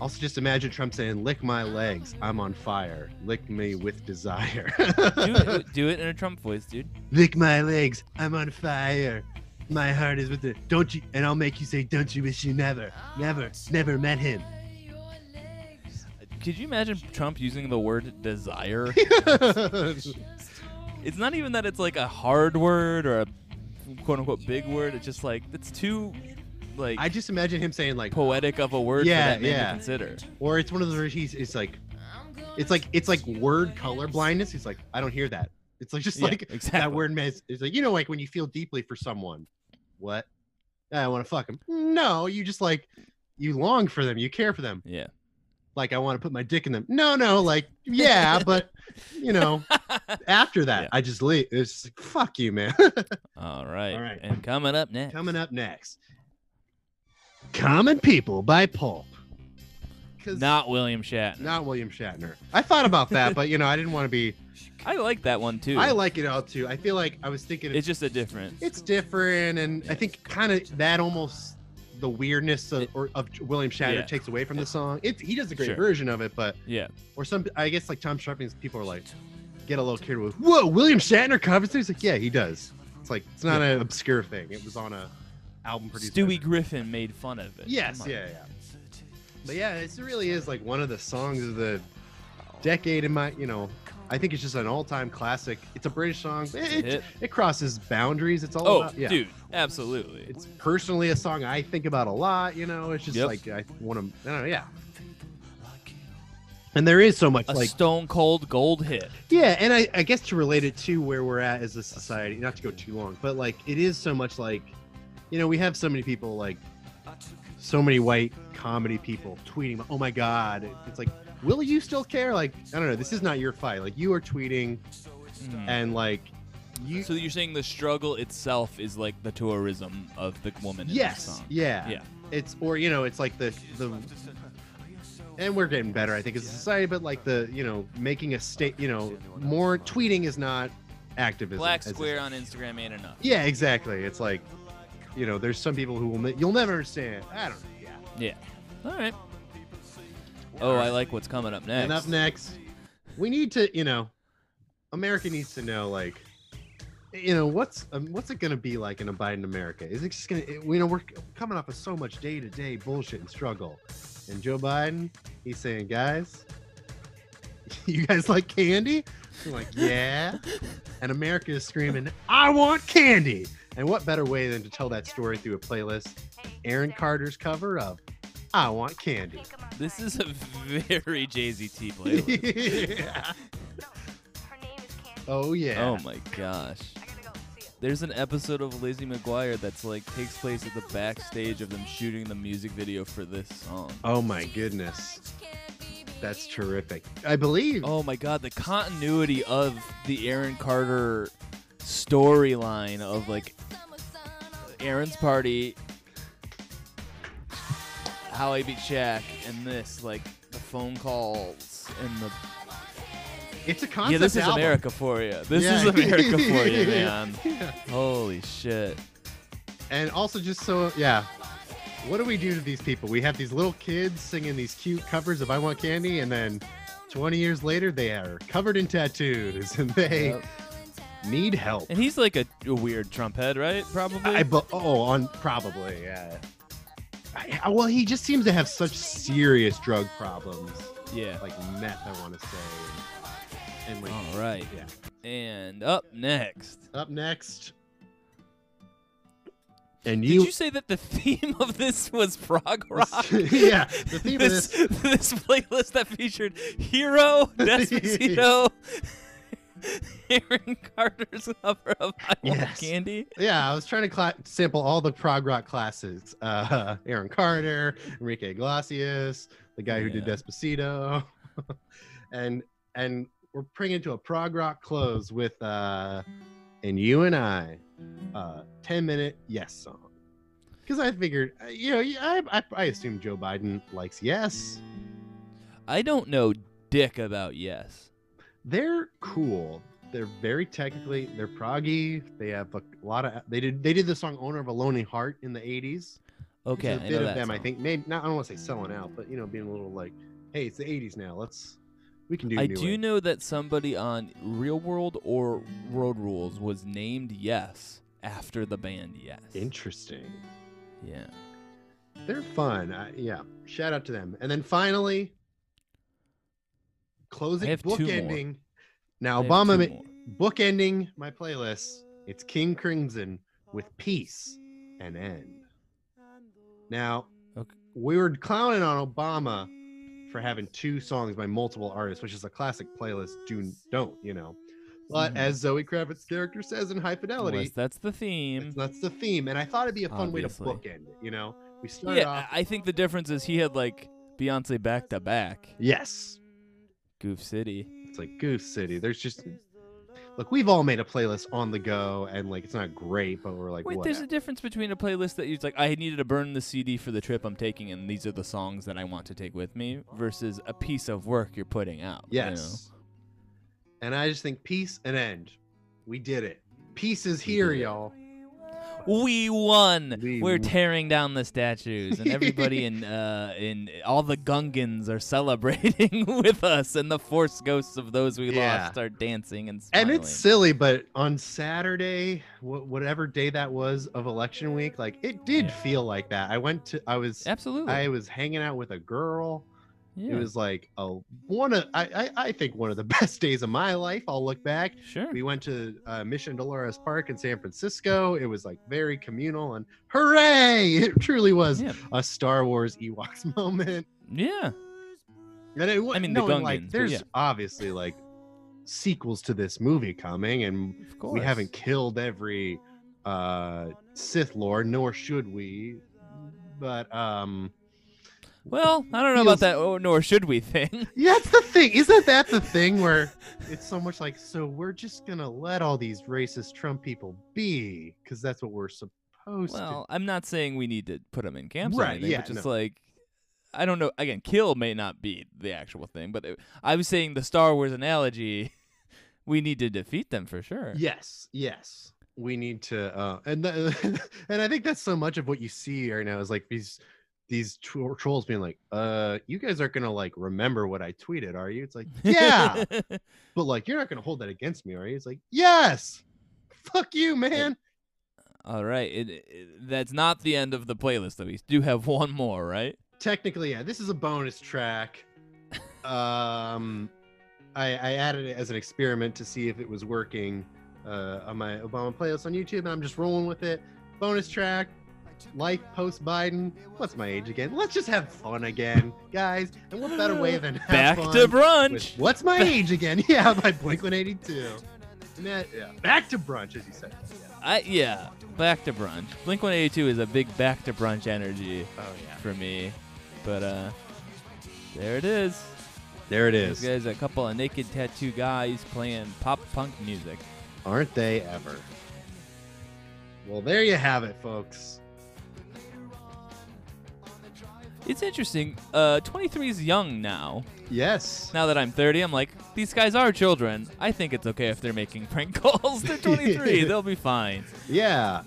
S1: also, just imagine Trump saying, "Lick my legs, I'm on fire. Lick me with desire. (laughs)
S2: do, it, do it in a Trump voice, dude.
S1: Lick my legs, I'm on fire. My heart is with the don't you, and I'll make you say, don't you wish you never, never, never met him."
S2: Could you imagine Trump using the
S1: (laughs)
S2: word desire? it's not even that it's like a hard word or a quote unquote big word. It's just like it's too like
S1: I just imagine him saying like,
S2: poetic of a word
S1: Yeah,
S2: for that man
S1: yeah.
S2: to consider.
S1: or it's one of those he's it's like it's like it's like word color blindness he's like i don't hear that it's like just
S2: Yeah,
S1: like
S2: exactly.
S1: that word miss it's like you know like when you feel deeply for someone what i want to fuck him no you just like you long for them you care for them
S2: Yeah.
S1: like i want to put my dick in them no no like
S2: (laughs)
S1: yeah but you know after that
S2: Yeah.
S1: i just leave it's just like fuck you
S2: (laughs)
S1: man (laughs)
S2: All right.
S1: All right.
S2: And coming up next.
S1: coming up next common people by pulp 'Cause-
S2: Not William Shatner.
S1: not William Shatner. I thought about that, but you know, I didn't want to
S2: (laughs)
S1: be.
S2: I like that one too.
S1: I like it all too. I feel like I was thinking it's,
S2: It's just a different.
S1: different, and I think kind of that almost the weirdness of,
S2: It-
S1: or, of William Shatner
S2: Yeah.
S1: takes away from the song. It he does a great
S2: Sure.
S1: version of it, but
S2: Yeah.
S1: or some I guess like Tom Sharping's people are like get a little kid with whoa William Shatner covers this. Like yeah, he does. It's like it's not an obscure thing. It was on a album produced. by-
S2: Stewie Griffin made fun of it.
S1: Yes,
S2: Come on.
S1: yeah, yeah. But yeah, it really is like one of the songs of the decade in my, you know, I think it's just an all-time classic. It's a British song. but It,
S2: hit.
S1: it, crosses boundaries. It's all
S2: Oh,
S1: about, yeah.
S2: dude, absolutely.
S1: It's personally a song I think about a lot, you know. It's just
S2: Yep.
S1: like I want to, I don't know, yeah. And there is so much
S2: A
S1: like
S2: stone cold gold hit.
S1: yeah, and I, I guess to relate it to where we're at as a society, not to go too long, but like it is so much like, you know, we have so many people like, so many white comedy people tweeting, oh my God. It's like, will you still care? Like, I don't know, this is not your fight. Like, you are tweeting
S2: Mm.
S1: and like, you.
S2: So you're saying the struggle itself is like the tourism of the woman in the
S1: yes.
S2: song.
S1: Yeah.
S2: Yeah.
S1: It's, or, you know, it's like the, the and we're getting better, I think, as a society. But like the you know making a state, you know, more tweeting is not activism.
S2: Black
S1: as it's-
S2: Square on Instagram ain't enough.
S1: Yeah, exactly. It's like, you know, there's some people who will ne- you'll never understand. I don't know. Yeah.
S2: All right. Oh, I like what's coming up next.
S1: And up next, we need to, you know, America needs to know, like, you know, what's um, what's it gonna be like in a Biden America? Is it just gonna, it- you know, we're coming off of so much day to day bullshit and struggle, and Joe Biden, he's saying, guys, (laughs) you guys like candy? I'm like, yeah. And America is screaming, I want candy. And what better way than to tell that story through a playlist? Aaron Carter's cover of I Want Candy.
S2: This is a very Jay Z T playlist.
S1: Yeah. Oh (laughs) yeah.
S2: Oh my gosh. There's an episode of Lizzie McGuire that's like takes place at the backstage of them shooting the music video for this song.
S1: Oh my goodness. That's terrific. I believe.
S2: Oh my god, the continuity of the Aaron Carter storyline of like Aaron's party, how I beat Shaq, and this like the phone calls and the
S1: It's a concept
S2: yeah, this is
S1: album.
S2: America for you. This
S1: Yeah.
S2: is America
S1: (laughs)
S2: for you,
S1: Yeah.
S2: man. Holy shit.
S1: And also just so yeah. What do we do to these people? We have these little kids singing these cute covers of I Want Candy and then 20 years later they are covered in tattoos (laughs) and they
S2: Yep.
S1: need help.
S2: And he's like a, a weird Trump head, right? Probably.
S1: I bu- oh, on probably yeah. I, I- well, he just seems to have such serious drug problems,
S2: yeah.
S1: like meth. I want to say, and, like
S2: All right.
S1: yeah.
S2: And up next.
S1: Up next, and
S2: Did
S1: you,
S2: you say that the (laughs) theme of this
S1: (laughs)
S2: was prog rock?
S1: yeah, the theme of
S2: this,
S1: (laughs) this.
S2: this playlist that featured
S1: (laughs)
S2: Hero, Despacito, (laughs) Aaron Carter's cover of I Want
S1: Yes.
S2: Candy.
S1: Yeah, I was trying to cla sample all the prog rock classics. Uh, Aaron Carter, Enrique Iglesias, the guy who did
S2: Yeah.
S1: Despacito, (laughs) and and we're bringing to a prog rock close with uh, and you and I, uh, ten minute yes song. Because I figured, uh, you know, I, I I assume Joe Biden likes yes.
S2: I don't know dick about Yes.
S1: They're cool. They're very technically they're proggy. They have a lot of they did they did the song "Owner of a Lonely Heart" in the '80s.
S2: Okay,
S1: There's
S2: I
S1: a
S2: know
S1: bit
S2: that
S1: of them. I
S2: song.
S1: think maybe not. I don't want to say selling out, but you know, being a little like, hey, it's the '80s now. Let's we can do.
S2: I
S1: new
S2: do
S1: wave."
S2: know that somebody on Real World or Road Rules was named Yes after the band Yes.
S1: Interesting.
S2: yeah.
S1: They're fun. I, yeah. Shout out to them. And then finally, closing
S2: I have two more.
S1: bookending. Now
S2: They have two
S1: Obama ma-
S2: more.
S1: bookending my playlist. It's King Crimson with peace and end. Now,
S2: Okay.
S1: we were clowning on Obama for having two songs by multiple artists, which is a classic playlist. Do don't you know? But
S2: Mhm.
S1: as Zoe Kravitz's character says in High
S2: Unless
S1: Fidelity,
S2: that's the theme.
S1: that's, that's the theme, and I thought it'd be a fun
S2: Obviously.
S1: way to bookend it. You know, we started
S2: Yeah,
S1: off.
S2: I I think the difference is he had like Beyonce back to back,
S1: yes,
S2: Goof City.
S1: It's like Goose City. There's just look, we've all made a playlist on the go, and like it's not great, but we're like,
S2: Wait,
S1: what?
S2: there's a difference between a playlist that you like, I needed to burn the CD for the trip I'm taking, and these are the songs that I want to take with me, versus a piece of work you're putting out. you know?
S1: yes. And I just think peace and end. We did it. Peace is here,
S2: did it.
S1: y'all.
S2: We won.
S1: We
S2: We're
S1: won.
S2: tearing down the statues, and
S1: (laughs)
S2: everybody in uh, in all the Gungans are celebrating (laughs) with us, and the force ghosts of those we
S1: Yeah.
S2: lost are dancing and smiling.
S1: And it's silly, but on Saturday, wh- whatever day that was of election week, like it did
S2: Yeah.
S1: feel like that. I went to, I was,
S2: absolutely.
S1: I was hanging out with a girl.
S2: yeah,
S1: It was like a one of, I, I, I think one of the (laughs) best days of my life. I'll look back.
S2: sure.
S1: We went to uh, Mission Dolores Park in San Francisco. It was like very communal and hooray! (laughs) It truly was
S2: Yeah.
S1: a Star Wars Ewoks (laughs) moment.
S2: yeah.
S1: And it, wa-
S2: I mean, the
S1: knowing,
S2: Gungans,
S1: like
S2: but
S1: there's
S2: yeah.
S1: obviously like sequels to this movie coming, and
S2: Of course.
S1: we haven't killed every uh, Sith Lord, nor should we. But um,
S2: Well, I don't know about
S1: feels-
S2: that, oh, nor should we thing.
S1: yeah, (laughs) that's the thing. Isn't that the thing
S2: (laughs)
S1: where it's so much like, so we're just gonna let all these racist Trump people be because that's what we're supposed to
S2: well, I'm not saying we need to put them in camps or
S1: Right,
S2: anything,
S1: yeah,
S2: but just
S1: no.
S2: like I don't know. Again, kill may not be the actual thing, but it, I was saying the Star Wars analogy. (laughs) we need to defeat them for sure.
S1: Yes, yes. We need to, uh, and the, (laughs) and I think that's so much of what you see right now is like these these tro- trolls being like, "Uh, you guys aren't gonna like remember what I tweeted, are you?" It's like, yeah, but like you're not gonna hold that against me, are you? It's like, yes, fuck you, man.
S2: (laughs) All right. It, it, that's not the end of the playlist, though. We do have one more, right?
S1: Technically, yeah, this is a bonus
S2: (laughs)
S1: track. Um, I, I added it as an experiment to see if it was working uh, on my Obama playlist on YouTube, and I'm just rolling with it. Bonus track, life post Biden. What's my age again? Let's just have fun again, guys. And what better way than have
S2: Back
S1: fun
S2: to
S1: with
S2: brunch.
S1: What's my age again? (laughs) Yeah, by Blink
S2: (laughs)
S1: 182. And that- yeah, back to brunch, as you said. Yeah.
S2: I yeah. Back to brunch. Blink 182 is a big back to brunch energy
S1: Oh yeah,
S2: for me, but uh, there it is.
S1: there it
S2: These
S1: is.
S2: guys, a couple of naked tattoo guys playing pop punk music.
S1: Aren't they ever? Well, there you have it, folks.
S2: It's interesting. Uh, 23 is young now.
S1: Yes.
S2: Now that I'm 30, I'm like, these guys are children. I think it's okay if they're making prank (laughs) calls.
S1: (laughs)
S2: They're 23. They'll be fine.
S1: Yeah.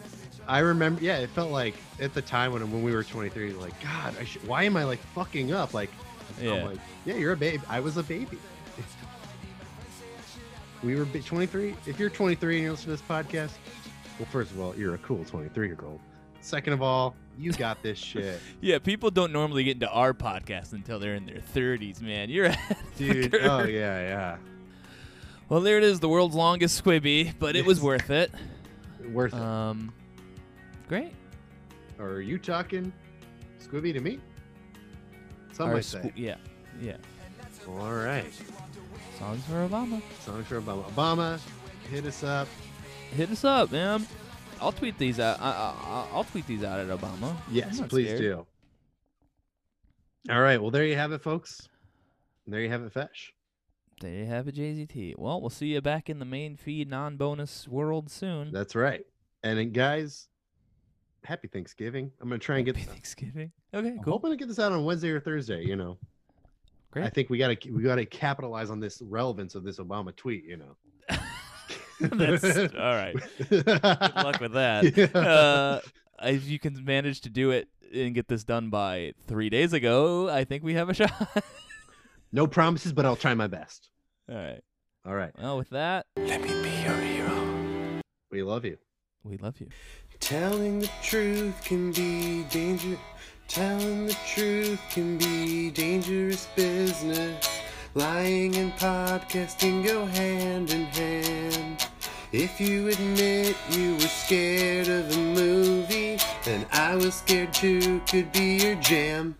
S1: I remember. Yeah, it felt like at the time when when we were 23, like God, I should, why am I like fucking up? Like,
S2: Yeah.
S1: I'm like, yeah, you're a babe. I was a baby. (laughs) We were bi- 23. If you're 23 and you listen to this podcast, well, first of all, you're a cool 23 year old. Second of all, you got this shit,
S2: Yeah, people don't normally get into our podcast until they're in their 30s, man. You're
S1: dude. Oh yeah,
S2: (laughs) Well, there it is, the world's longest squibby, but it was
S1: Yes.
S2: worth it.
S1: yeah. Worth it.
S2: Um Great.
S1: Are you talking Squibby to me? Some
S2: Our
S1: might
S2: squ-
S1: say.
S2: yeah. Yeah.
S1: Well, all right.
S2: Songs for Obama.
S1: Songs for Obama. Obama, hit us up.
S2: Hit us up, man. I'll tweet these out. I, I, I'll tweet these out at Obama.
S1: Yes,
S2: I'm not
S1: please
S2: scared.
S1: do. All right. Well, there you have it, folks. There you have it, Fesh.
S2: There you have it, JZT. Well, we'll see you back in the main feed, non-bonus world soon.
S1: That's right. And then, guys, happy Thanksgiving. I'm gonna try and get.
S2: Happy Thanksgiving. Okay,
S1: I'm
S2: cool.
S1: hoping to get this out on Wednesday or Thursday. You know,
S2: Great.
S1: I think we gotta we gotta capitalize on this relevance of this Obama tweet. You know.
S2: (laughs)
S1: (laughs)
S2: That's all right.
S1: Good
S2: Good luck with that.
S1: (laughs)
S2: Uh, if you can manage to do it and get this done by three days ago, I think we have a (laughs) shot.
S1: no promises, but I'll try my best.
S2: All right.
S1: All right.
S2: Well, with that,
S4: Let me be your hero.
S1: We love you.
S2: we love you.
S4: Telling the truth can be dangerous. Telling the truth can be dangerous business. Lying and podcasting go hand in hand. If you admit you were scared of the movie, then I was scared too, could be your jam.